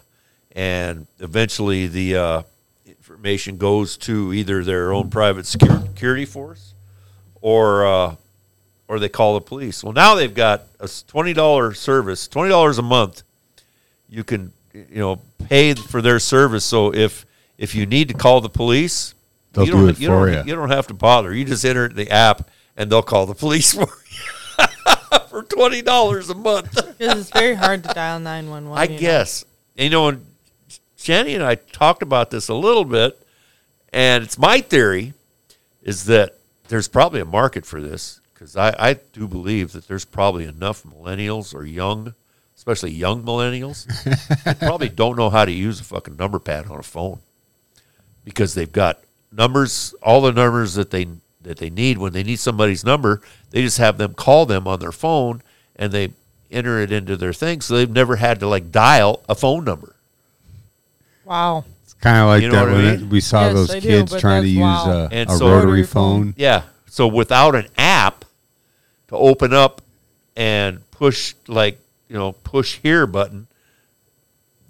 Speaker 4: and eventually the uh, information goes to either their own private secur- security force or uh, or they call the police. Well, now they've got a s- twenty dollar service, twenty dollars a month. You can you know pay for their service. So if if you need to call the police,
Speaker 1: They'll
Speaker 4: you don't,
Speaker 1: do it
Speaker 4: you
Speaker 1: for
Speaker 4: don't,
Speaker 1: ya.
Speaker 4: you don't have to bother. You just enter the app and they'll call the police for you for twenty dollars a month.
Speaker 2: Because it's very hard to dial 911.
Speaker 4: I
Speaker 2: you know.
Speaker 4: guess. And, you know, and Shanny and I talked about this a little bit, and it's my theory is that there's probably a market for this because I, I do believe that there's probably enough millennials or young, especially young millennials, that probably don't know how to use a fucking number pad on a phone because they've got numbers, all the numbers that they that they need when they need somebody's number. They just have them call them on their phone and they enter it into their thing, so they've never had to like dial a phone number.
Speaker 2: Wow.
Speaker 1: It's Kind of like
Speaker 4: You know
Speaker 1: that
Speaker 4: what I
Speaker 1: when
Speaker 4: mean?
Speaker 1: we saw
Speaker 2: Yes, I
Speaker 1: those
Speaker 2: do,
Speaker 1: kids
Speaker 2: but
Speaker 1: trying to
Speaker 2: that's
Speaker 1: use
Speaker 2: wow.
Speaker 1: a,
Speaker 4: And
Speaker 1: a
Speaker 4: so-
Speaker 1: rotary
Speaker 2: Rotary
Speaker 1: phone.
Speaker 2: phone.
Speaker 4: Yeah. So without an app to open up and push like you know push here button,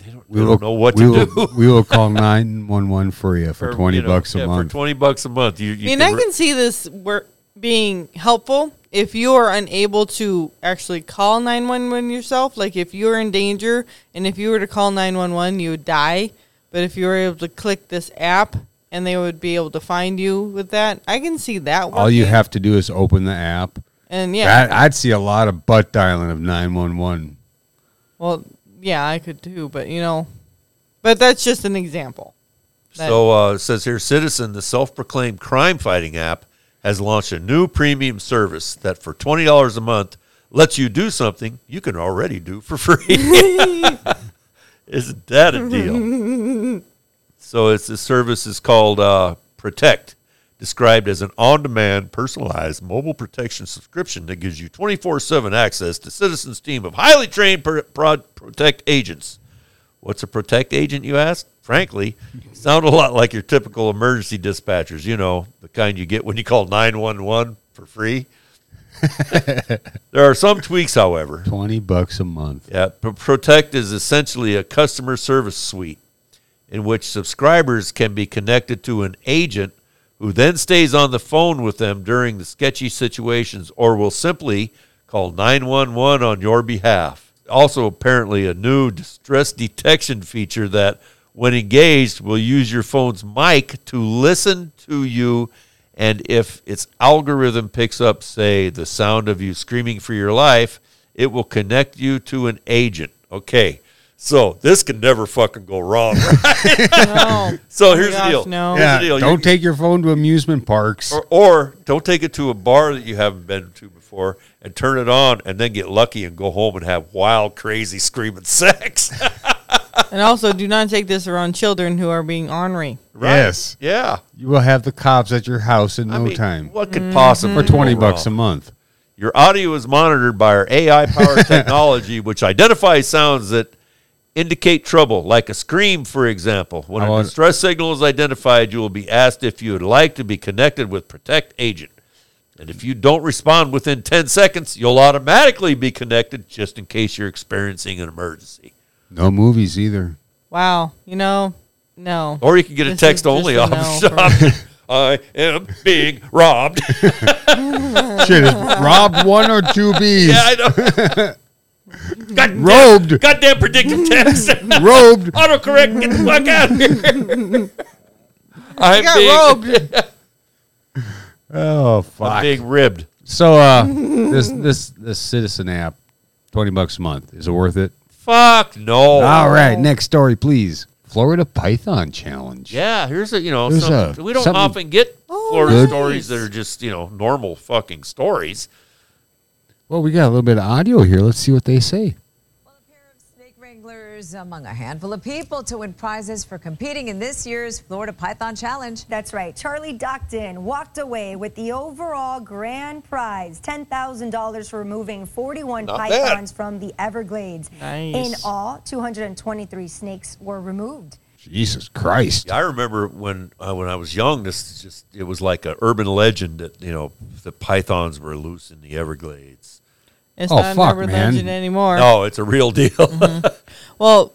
Speaker 4: they don't, they don't know what
Speaker 1: we
Speaker 4: to
Speaker 1: will,
Speaker 4: do.
Speaker 1: we will call nine one one for you for
Speaker 4: Or,
Speaker 1: twenty
Speaker 4: you know,
Speaker 1: bucks a
Speaker 4: yeah,
Speaker 1: month.
Speaker 4: For twenty bucks a month, you,
Speaker 2: I
Speaker 4: you
Speaker 2: mean,
Speaker 4: can
Speaker 2: I
Speaker 4: re-
Speaker 2: can see this work being helpful if you are unable to actually call 911 yourself. Like, if you're in danger and if you were to call 911, you would die. But if you were able to click this app and they would be able to find you with that, I can see that. Working.
Speaker 1: All you have to do is open the app.
Speaker 2: And yeah.
Speaker 1: That, I'd see a lot of butt dialing of nine one one.
Speaker 2: Well, yeah, I could too, but you know, but that's just an example. that-
Speaker 4: So uh, it says here, Citizen, the self-proclaimed crime-fighting app, has launched a new premium service that for twenty dollars a month lets you do something you can already do for free. Isn't that a deal? so it's the service is called uh, Protect, described as an on-demand, personalized mobile protection subscription that gives you twenty-four-seven access to Citizen's team of highly trained pro- pro- Protect agents. What's a protect agent, you ask? Frankly, sound a lot like your typical emergency dispatchers, you know, the kind you get when you call 911 for free. there are some tweaks, however.
Speaker 1: Twenty bucks a month.
Speaker 4: Yeah, P- Protect is essentially a customer service suite in which subscribers can be connected to an agent who then stays on the phone with them during the sketchy situations or will simply call 911 on your behalf. Also, apparently, a new distress detection feature that, when engaged, will use your phone's mic to listen to you. And if its algorithm picks up, say, the sound of you screaming for your life, it will connect you to an agent. Okay. So this can never fucking go wrong.
Speaker 2: No.
Speaker 4: So
Speaker 2: Oh my
Speaker 4: here's the
Speaker 2: gosh,
Speaker 4: deal.
Speaker 2: no.
Speaker 4: Here's
Speaker 1: Yeah,
Speaker 4: the deal. You-
Speaker 1: don't take your phone to amusement parks.
Speaker 4: or, or don't take it to a bar that you haven't been to before and turn it on and then get lucky and go home and have wild, crazy screaming sex.
Speaker 2: and also, do not take this around children who are being ornery.
Speaker 4: Right?
Speaker 1: Yes.
Speaker 4: Yeah.
Speaker 1: You will have the cops at your house in
Speaker 4: I
Speaker 1: no
Speaker 4: mean,
Speaker 1: time
Speaker 4: What could possibly
Speaker 1: for twenty
Speaker 4: go
Speaker 1: bucks a
Speaker 4: wrong?
Speaker 1: month.
Speaker 4: Your audio is monitored by our AI powered technology, which identifies sounds that indicate trouble, like a scream, for example. When
Speaker 1: I
Speaker 4: a
Speaker 1: want-
Speaker 4: distress signal is identified, you will be asked if you would like to be connected with Protect Agent. And if you don't respond within 10 seconds, you'll automatically be connected just in case you're experiencing an emergency.
Speaker 1: No movies either.
Speaker 2: Wow. You know, no.
Speaker 4: Or you can get a
Speaker 2: This is
Speaker 4: text only
Speaker 2: just a
Speaker 4: option.
Speaker 2: no for
Speaker 4: I am being robbed.
Speaker 1: Shit, is rob one or two bees.
Speaker 4: yeah, I know. Goddamn,
Speaker 1: Robed.
Speaker 4: Goddamn predictive text.
Speaker 1: Robed.
Speaker 4: autocorrect, get the fuck out of here. I'm,
Speaker 2: got
Speaker 4: being,
Speaker 2: robbed.
Speaker 1: Oh
Speaker 4: I'm
Speaker 1: fuck.
Speaker 4: being ribbed.
Speaker 1: So uh, this this this citizen app, twenty bucks a month. Is it worth it?
Speaker 4: Fuck no.
Speaker 1: All right, next story, please. Florida Python challenge.
Speaker 4: Yeah, here's a you know
Speaker 1: There's
Speaker 4: some,
Speaker 1: a-
Speaker 4: we don't
Speaker 1: something-
Speaker 4: often get
Speaker 2: Oh,
Speaker 4: Florida
Speaker 1: Good.
Speaker 4: stories that are just you know normal fucking stories.
Speaker 1: Well, we got a little bit of audio here. Let's see what they say.
Speaker 8: Well, a pair of snake wranglers among a handful of people to win prizes for competing in this year's Florida Python Challenge.
Speaker 9: That's right. Charlie Docton walked away with the overall grand prize $10,000 for removing 41
Speaker 4: Not bad.
Speaker 9: pythons from the Everglades.
Speaker 2: Nice.
Speaker 9: In all, 223 snakes were removed.
Speaker 1: Jesus Christ.
Speaker 4: I remember when uh, when I was young, this is just it was like a urban legend that you know the pythons were loose in the Everglades.
Speaker 2: It's
Speaker 1: Oh,
Speaker 2: not
Speaker 1: fuck,
Speaker 2: an urban
Speaker 1: man.
Speaker 2: legend anymore.
Speaker 4: No, it's a real deal.
Speaker 2: Well,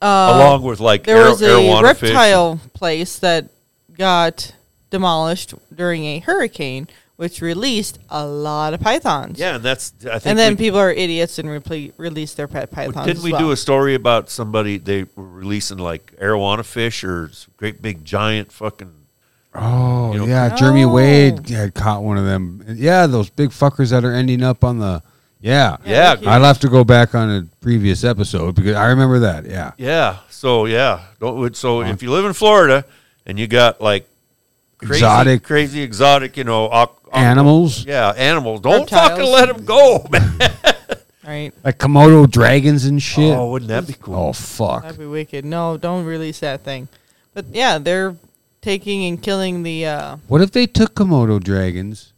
Speaker 4: Along with like
Speaker 2: there
Speaker 4: ar-
Speaker 2: was a
Speaker 4: arowana fish.
Speaker 2: reptile place that got demolished during a hurricane, which released a lot of pythons.
Speaker 4: Yeah, and that's I think
Speaker 2: And then
Speaker 4: we-
Speaker 2: people are idiots and reple- release their pet
Speaker 4: Well,
Speaker 2: pythons.
Speaker 4: Didn't
Speaker 2: as
Speaker 4: we
Speaker 2: well.
Speaker 4: do a story about somebody they were releasing like arowana fish or s- great big giant fucking?
Speaker 1: Oh,
Speaker 4: You know-
Speaker 1: yeah. Jeremy
Speaker 2: No.
Speaker 1: Wade had caught one of them. Yeah, those big fuckers that are ending up on the. Yeah.
Speaker 4: Yeah,
Speaker 2: huge.
Speaker 1: I'll have to go back on a previous episode because I remember that. Yeah.
Speaker 4: Yeah. So yeah. Don't, would- so if you live in Florida and you got like crazy,
Speaker 1: Exotic.
Speaker 4: crazy exotic, you know, oc- oc-
Speaker 1: Animals
Speaker 4: Yeah, animals. Don't
Speaker 2: Reptiles.
Speaker 4: fucking let them go, man.
Speaker 2: Right.
Speaker 1: like Komodo dragons and shit.
Speaker 4: Oh,
Speaker 1: Oh,
Speaker 4: wouldn't that be cool?
Speaker 1: fuck.
Speaker 2: That'd be wicked. No, don't release that thing. But yeah, they're taking and killing the. Uh,
Speaker 1: What if they took Komodo dragons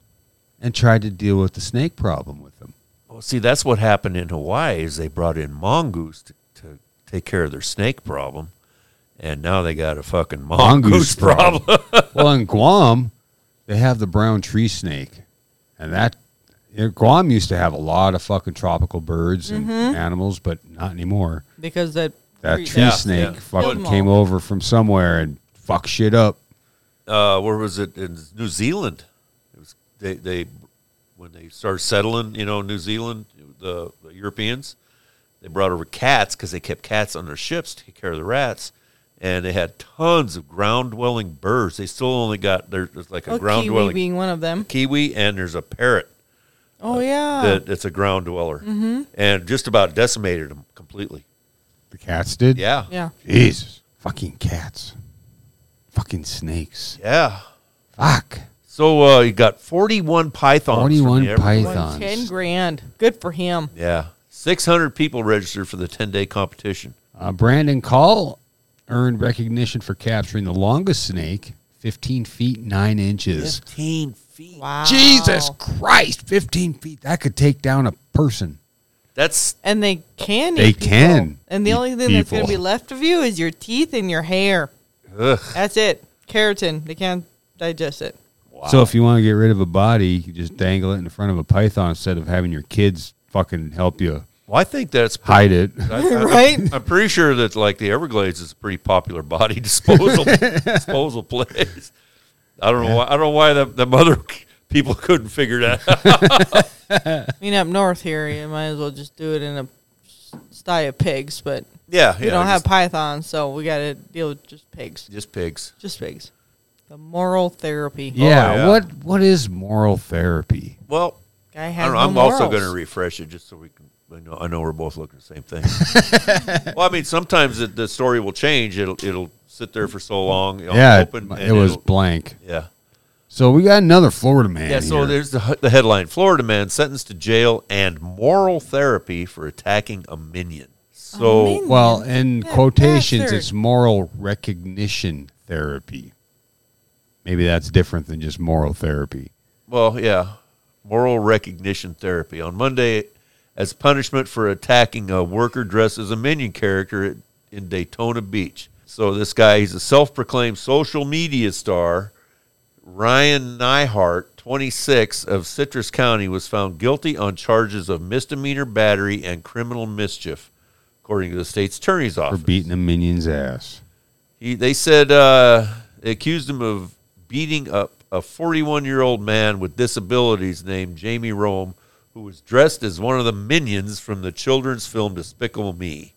Speaker 1: and tried to deal with the snake problem with them?
Speaker 4: Well, see, that's what happened in Hawaii is they brought in mongoose to, to take care of their snake problem, and now they got a fucking
Speaker 1: Mongoose
Speaker 4: mongoose problem.
Speaker 1: well, in Guam, they have the brown tree snake, and that you know, Guam used to have a lot of fucking tropical birds and animals, but not anymore.
Speaker 2: because that
Speaker 1: That tree
Speaker 4: Mm-hmm. Yeah,
Speaker 1: snake
Speaker 4: yeah.
Speaker 2: Killed
Speaker 1: fucking
Speaker 2: 'em
Speaker 1: came
Speaker 2: all.
Speaker 1: over from somewhere and fucked shit up.
Speaker 4: uh, where was it in New Zealand? It was they they when they started settling, you know, New Zealand, the, the Europeans, they brought over cats because they kept cats on their ships to take care of the rats, and they had tons of ground dwelling birds. They still only got there- there's like a
Speaker 2: oh,
Speaker 4: ground
Speaker 2: kiwi
Speaker 4: dwelling
Speaker 2: being one of them.
Speaker 4: kiwi, and there's a parrot
Speaker 2: Oh Mm-hmm. yeah,
Speaker 4: that it's a ground dweller, and just about decimated them completely.
Speaker 1: The cats did.
Speaker 4: Yeah,
Speaker 2: yeah.
Speaker 1: Jesus. Fucking cats. Fucking snakes.
Speaker 4: yeah.
Speaker 1: Fuck.
Speaker 4: So uh, you got forty-one pythons. from
Speaker 1: 41
Speaker 4: the Everglades.
Speaker 1: pythons.
Speaker 2: Ten grand, good for him.
Speaker 4: Yeah. 600 people registered for the 10 day competition.
Speaker 1: Uh, Brandon Call earned recognition for capturing the longest snake, 15 feet 9 inches.
Speaker 4: 15 feet.
Speaker 2: Wow,
Speaker 1: Jesus Christ, 15 feet. That could take down a person.
Speaker 4: That's,
Speaker 2: And they can.
Speaker 1: They
Speaker 2: eat people.
Speaker 1: can
Speaker 2: And the
Speaker 1: eat
Speaker 2: only thing that's going to
Speaker 1: people.
Speaker 2: be left of you is your teeth and your hair.
Speaker 4: ugh.
Speaker 2: That's it. Keratin. They can't digest it.
Speaker 1: So if you want to get rid of a body, you just dangle it in front of a python instead of having your kids fucking help you
Speaker 4: Well, I think that's
Speaker 1: hide it.
Speaker 4: I, I,
Speaker 2: Right?
Speaker 4: I'm pretty sure that, like, the Everglades is a pretty popular body disposal disposal place. I don't know why. I don't know why the, the mother people couldn't figure that out.
Speaker 2: I mean, up north here, you might as well just do it in a sty of pigs, but
Speaker 4: Yeah.
Speaker 2: we
Speaker 4: yeah,
Speaker 2: don't have
Speaker 4: just,
Speaker 2: pythons, so we got to deal with just pigs.
Speaker 4: just pigs.
Speaker 2: Just pigs. The moral therapy.
Speaker 1: Yeah,
Speaker 4: yeah.
Speaker 1: what what is moral therapy?
Speaker 4: Well,
Speaker 2: Guy
Speaker 4: I
Speaker 2: has
Speaker 4: don't know.
Speaker 2: no
Speaker 4: I'm also
Speaker 2: morals.
Speaker 4: going to refresh it just so we can. I know, I know we're both looking at the same thing. well, I mean, sometimes the, the story will change. It'll it'll sit there for so long. it'll
Speaker 1: yeah, it-
Speaker 4: open,
Speaker 1: it,
Speaker 4: and
Speaker 1: was
Speaker 4: it'll-
Speaker 1: blank.
Speaker 4: Yeah.
Speaker 1: So we got another Florida man.
Speaker 4: Yeah, so
Speaker 1: here.
Speaker 4: there's the, the headline Florida man sentenced to jail and moral therapy for attacking a minion. So,
Speaker 2: minion.
Speaker 1: Well, in
Speaker 2: That
Speaker 1: quotations,
Speaker 2: bastard.
Speaker 1: it's moral recognition therapy. Maybe that's different than just moral therapy.
Speaker 4: well, yeah, moral recognition therapy. On Monday, as punishment for attacking a worker dressed as a minion character at, in Daytona Beach. So, this guy, he's a self proclaimed social media star. Ryan Nyhart, 26, of Citrus County, was found guilty on charges of misdemeanor battery and criminal mischief, according to the state's attorney's
Speaker 1: For
Speaker 4: office.
Speaker 1: beating a minion's ass.
Speaker 4: He, they said uh, they accused him of beating up a 41 year old man with disabilities named Jamie Rome, who was dressed as one of the minions from the children's film Despicable Me.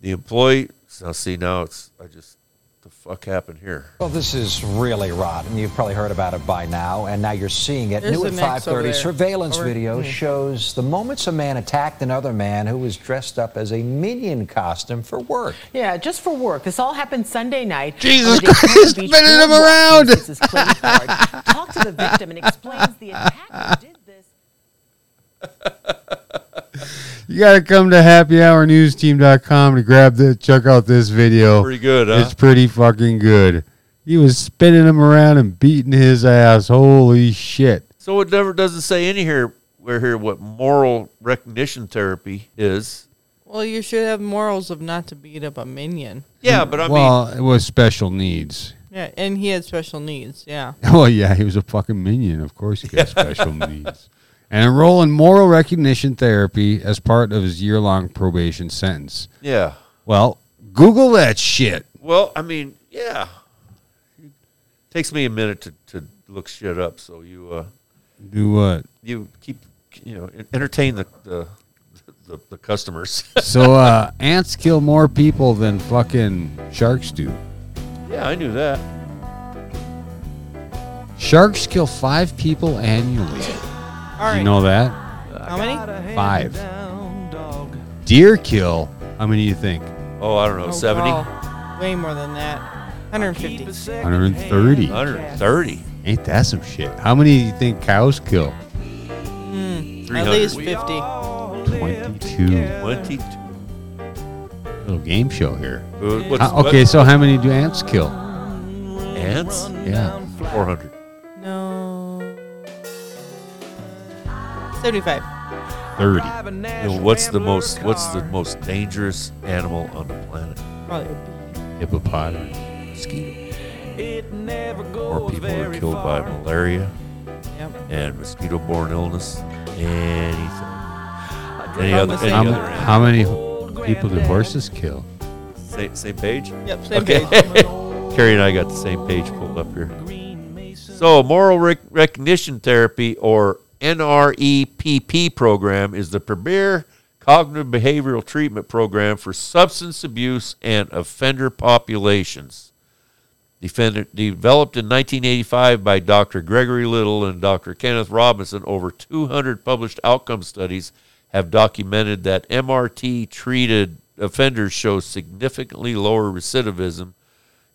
Speaker 4: The employee. Now see, now it's I just the fuck happened here.
Speaker 10: Well, this is really rotten. You've probably heard about it by now, and now you're seeing it.
Speaker 2: There's
Speaker 10: New
Speaker 2: the
Speaker 10: at
Speaker 2: next over
Speaker 10: 5:30,
Speaker 2: there.
Speaker 10: surveillance
Speaker 2: Over-
Speaker 10: video
Speaker 2: mhm.
Speaker 10: shows the moments a man attacked another man who was dressed up as a minion costume for work.
Speaker 11: Yeah, just for work. This all happened Sunday night.
Speaker 1: Jesus
Speaker 11: on the Daytona
Speaker 1: Christ,
Speaker 11: Beach
Speaker 1: spinning him
Speaker 11: boardwalk.
Speaker 1: around.
Speaker 11: Mrs. Clayton Ford talked to the victim and explains the attacker did this.
Speaker 1: You got to come to happyhournewsteam.com to grab the check out this video.
Speaker 4: Pretty good, huh?
Speaker 1: It's pretty fucking good. He was spinning him around and beating his ass. Holy shit.
Speaker 4: So it never doesn't say any here where here what moral recognition therapy is.
Speaker 2: Well, you should have morals of not to beat up a minion.
Speaker 4: Yeah, but I mean,
Speaker 1: well, it was special needs.
Speaker 2: Yeah, and he had special needs. Yeah.
Speaker 1: Oh yeah, he was a fucking minion. Of course, he had special needs. And enroll in moral recognition therapy as part of his year-long probation sentence.
Speaker 4: yeah.
Speaker 1: Well, Google that shit.
Speaker 4: Well, I mean, yeah. takes me a minute to, to look shit up, so you uh,
Speaker 1: Do what?
Speaker 4: you keep you know en- entertain the the, the, the customers.
Speaker 1: So uh, ants kill more people than fucking sharks do.
Speaker 4: yeah, I knew that.
Speaker 1: Sharks kill five people annually.
Speaker 2: All right.
Speaker 1: You know that?
Speaker 2: How many? Oh,
Speaker 1: Five. Deer kill. How many do you think?
Speaker 4: Oh, I don't know,
Speaker 2: Oh,
Speaker 4: 70,
Speaker 2: wow. Way more than that. 150.
Speaker 1: 130.
Speaker 4: 130,
Speaker 1: Ain't that some shit? How many do you think cows kill?
Speaker 2: At least 50.
Speaker 4: 300,
Speaker 1: 22.
Speaker 4: 22.
Speaker 1: Little game show here.
Speaker 4: Uh, What's,
Speaker 1: Uh, okay, so how many do ants kill?
Speaker 4: what- ants?
Speaker 1: Yeah.
Speaker 4: 400.
Speaker 2: No. 75.
Speaker 1: 30.
Speaker 4: You know, what's the most what's the most dangerous animal on the planet?
Speaker 2: Probably a bee.
Speaker 1: hippopotamus, mosquito.
Speaker 4: More people are killed by malaria
Speaker 2: Yep.
Speaker 4: and mosquito-borne illness. Anything. Any other? Any
Speaker 1: How,
Speaker 4: other
Speaker 1: ma-
Speaker 4: animal.
Speaker 1: how many people do horses kill?
Speaker 4: Same, same page?
Speaker 2: Yep, same
Speaker 4: page. Carrie and I got the same page pulled up here. So, moral rec- recognition therapy or NREPP program is the premier cognitive behavioral treatment program for substance abuse and offender populations. Defended, developed in 1985 by Dr. Gregory Little and Dr. Kenneth Robinson, over 200 published outcome studies have documented that MRT treated offenders show significantly lower recidivism.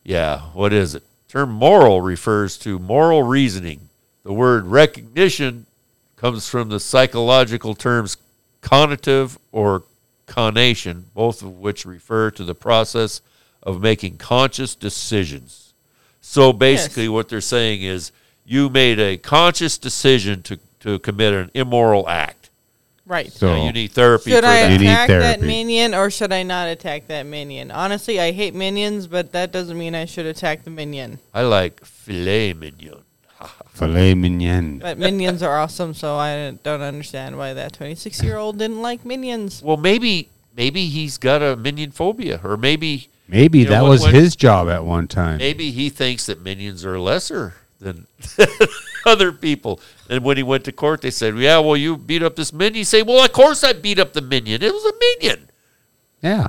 Speaker 4: Yeah, what is it? Term moral refers to moral reasoning. The word recognition comes from the psychological terms conative or conation, both of which refer to the process of making conscious decisions. So basically, what they're saying is you made a conscious decision to, to commit an immoral act.
Speaker 2: Right.
Speaker 1: So
Speaker 4: Now you need therapy
Speaker 2: Should
Speaker 4: for
Speaker 2: I
Speaker 4: that.
Speaker 1: You need
Speaker 2: attack that
Speaker 1: therapy.
Speaker 2: minion or should I not attack that minion? Honestly, I hate minions, but that doesn't mean I should attack the minion.
Speaker 4: I like filet mignon.
Speaker 1: filet mignon.
Speaker 2: But minions are awesome, so I don't understand why that 26 year old didn't like minions.
Speaker 4: Well, maybe maybe he's got a minion phobia, or maybe
Speaker 1: Maybe
Speaker 4: you know,
Speaker 1: that
Speaker 4: when-
Speaker 1: was
Speaker 4: when-
Speaker 1: his job at one time.
Speaker 4: Maybe he thinks that minions are lesser than other people. And when he went to court, they said, "Yeah, well, you beat up this minion." You say, "Well, of course I beat up the minion. It was a minion."
Speaker 1: Yeah.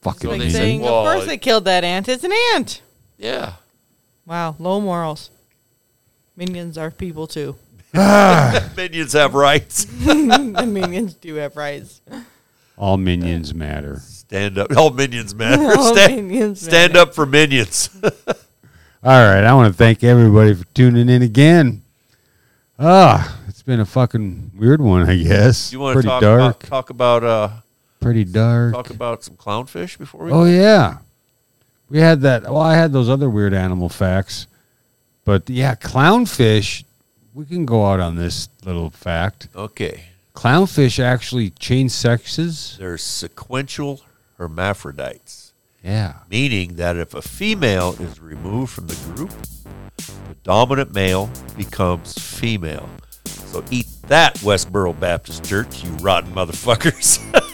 Speaker 1: Fucking
Speaker 4: So
Speaker 2: Like
Speaker 4: they
Speaker 1: minion.
Speaker 2: saying,
Speaker 4: Well,
Speaker 2: of course they killed that ant. It's an ant.
Speaker 4: Yeah,
Speaker 2: Wow, low morals. Minions are people too.
Speaker 4: minions have rights.
Speaker 2: the minions do have rights.
Speaker 1: All minions matter.
Speaker 4: Stand up, all minions matter.
Speaker 2: All
Speaker 4: stand,
Speaker 2: minions
Speaker 4: stand
Speaker 2: matter.
Speaker 4: up for minions.
Speaker 1: All right, I want to thank everybody for tuning in again. Ah, it's been a fucking weird one, I guess.
Speaker 4: you want to
Speaker 1: pretty
Speaker 4: talk
Speaker 1: dark,
Speaker 4: about talk about uh,
Speaker 1: pretty dark.
Speaker 4: talk about some clownfish before we?
Speaker 1: Oh yeah, we had that. Well, I had those other weird animal facts, but yeah, clownfish. We can go out on this little fact.
Speaker 4: Okay,
Speaker 1: Clownfish actually change sexes.
Speaker 4: they're sequential hermaphrodites.
Speaker 1: Yeah,
Speaker 4: meaning that if a female is removed from the group, the dominant male becomes female. So eat that, Westboro Baptist Church, you rotten motherfuckers.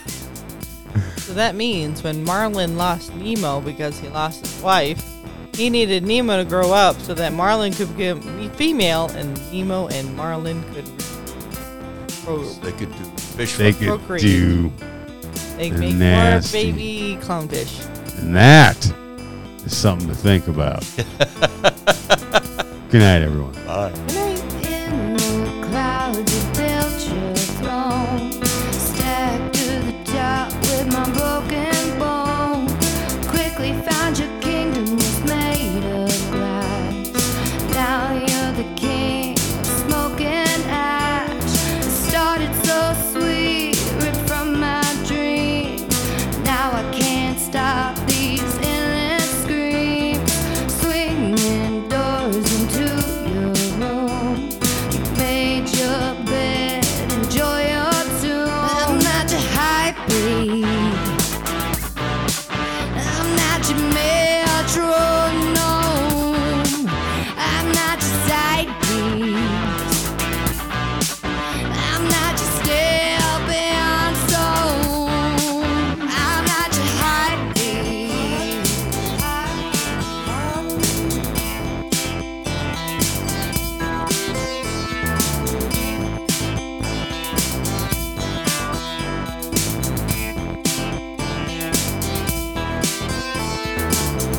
Speaker 2: So that means when Marlin lost Nemo because he lost his wife, he needed Nemo to grow up so that Marlin could become female and Nemo and Marlin could pro-
Speaker 4: they could do fish
Speaker 1: they
Speaker 4: fuck.
Speaker 1: could
Speaker 2: Procreate.
Speaker 1: do,
Speaker 2: they make more
Speaker 1: Nasty.
Speaker 2: baby clownfish.
Speaker 1: and that is something to think about. Good night, everyone.
Speaker 2: Good night.
Speaker 12: In the clouds, you built your throne. Stacked to the top with my broken bone. Quickly found your kingdom was made of glass. Now you're the king of smoke and ash. Started so sweet, ripped from my dreams. Now I can't stop these endless screams. Swinging doors into your room. You made your bed, enjoy your tune. I'm not your hype. I'm not your metronome. I'm not your side piece. I'm not your stepping stone. I'm not your heartbeat.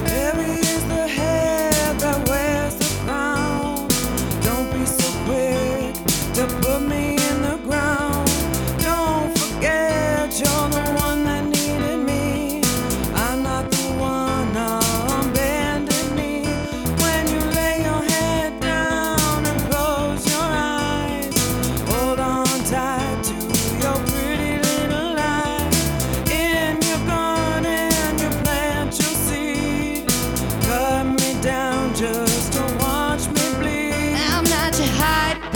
Speaker 13: Mary is the head that wears the crown. Don't be so quick to put me in the ground. Don't forget you're the one that needed me. I'm not the one on bended knee. When you lay your head down and close your eyes, hold on tight to your pretty little light. In your garden, you plant your seed. Cut me down just to watch me bleed.
Speaker 12: I'm not your heartbeat.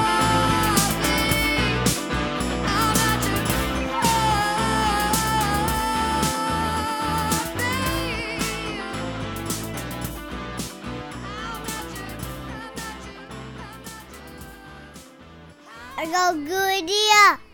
Speaker 12: oh.
Speaker 9: I go good here.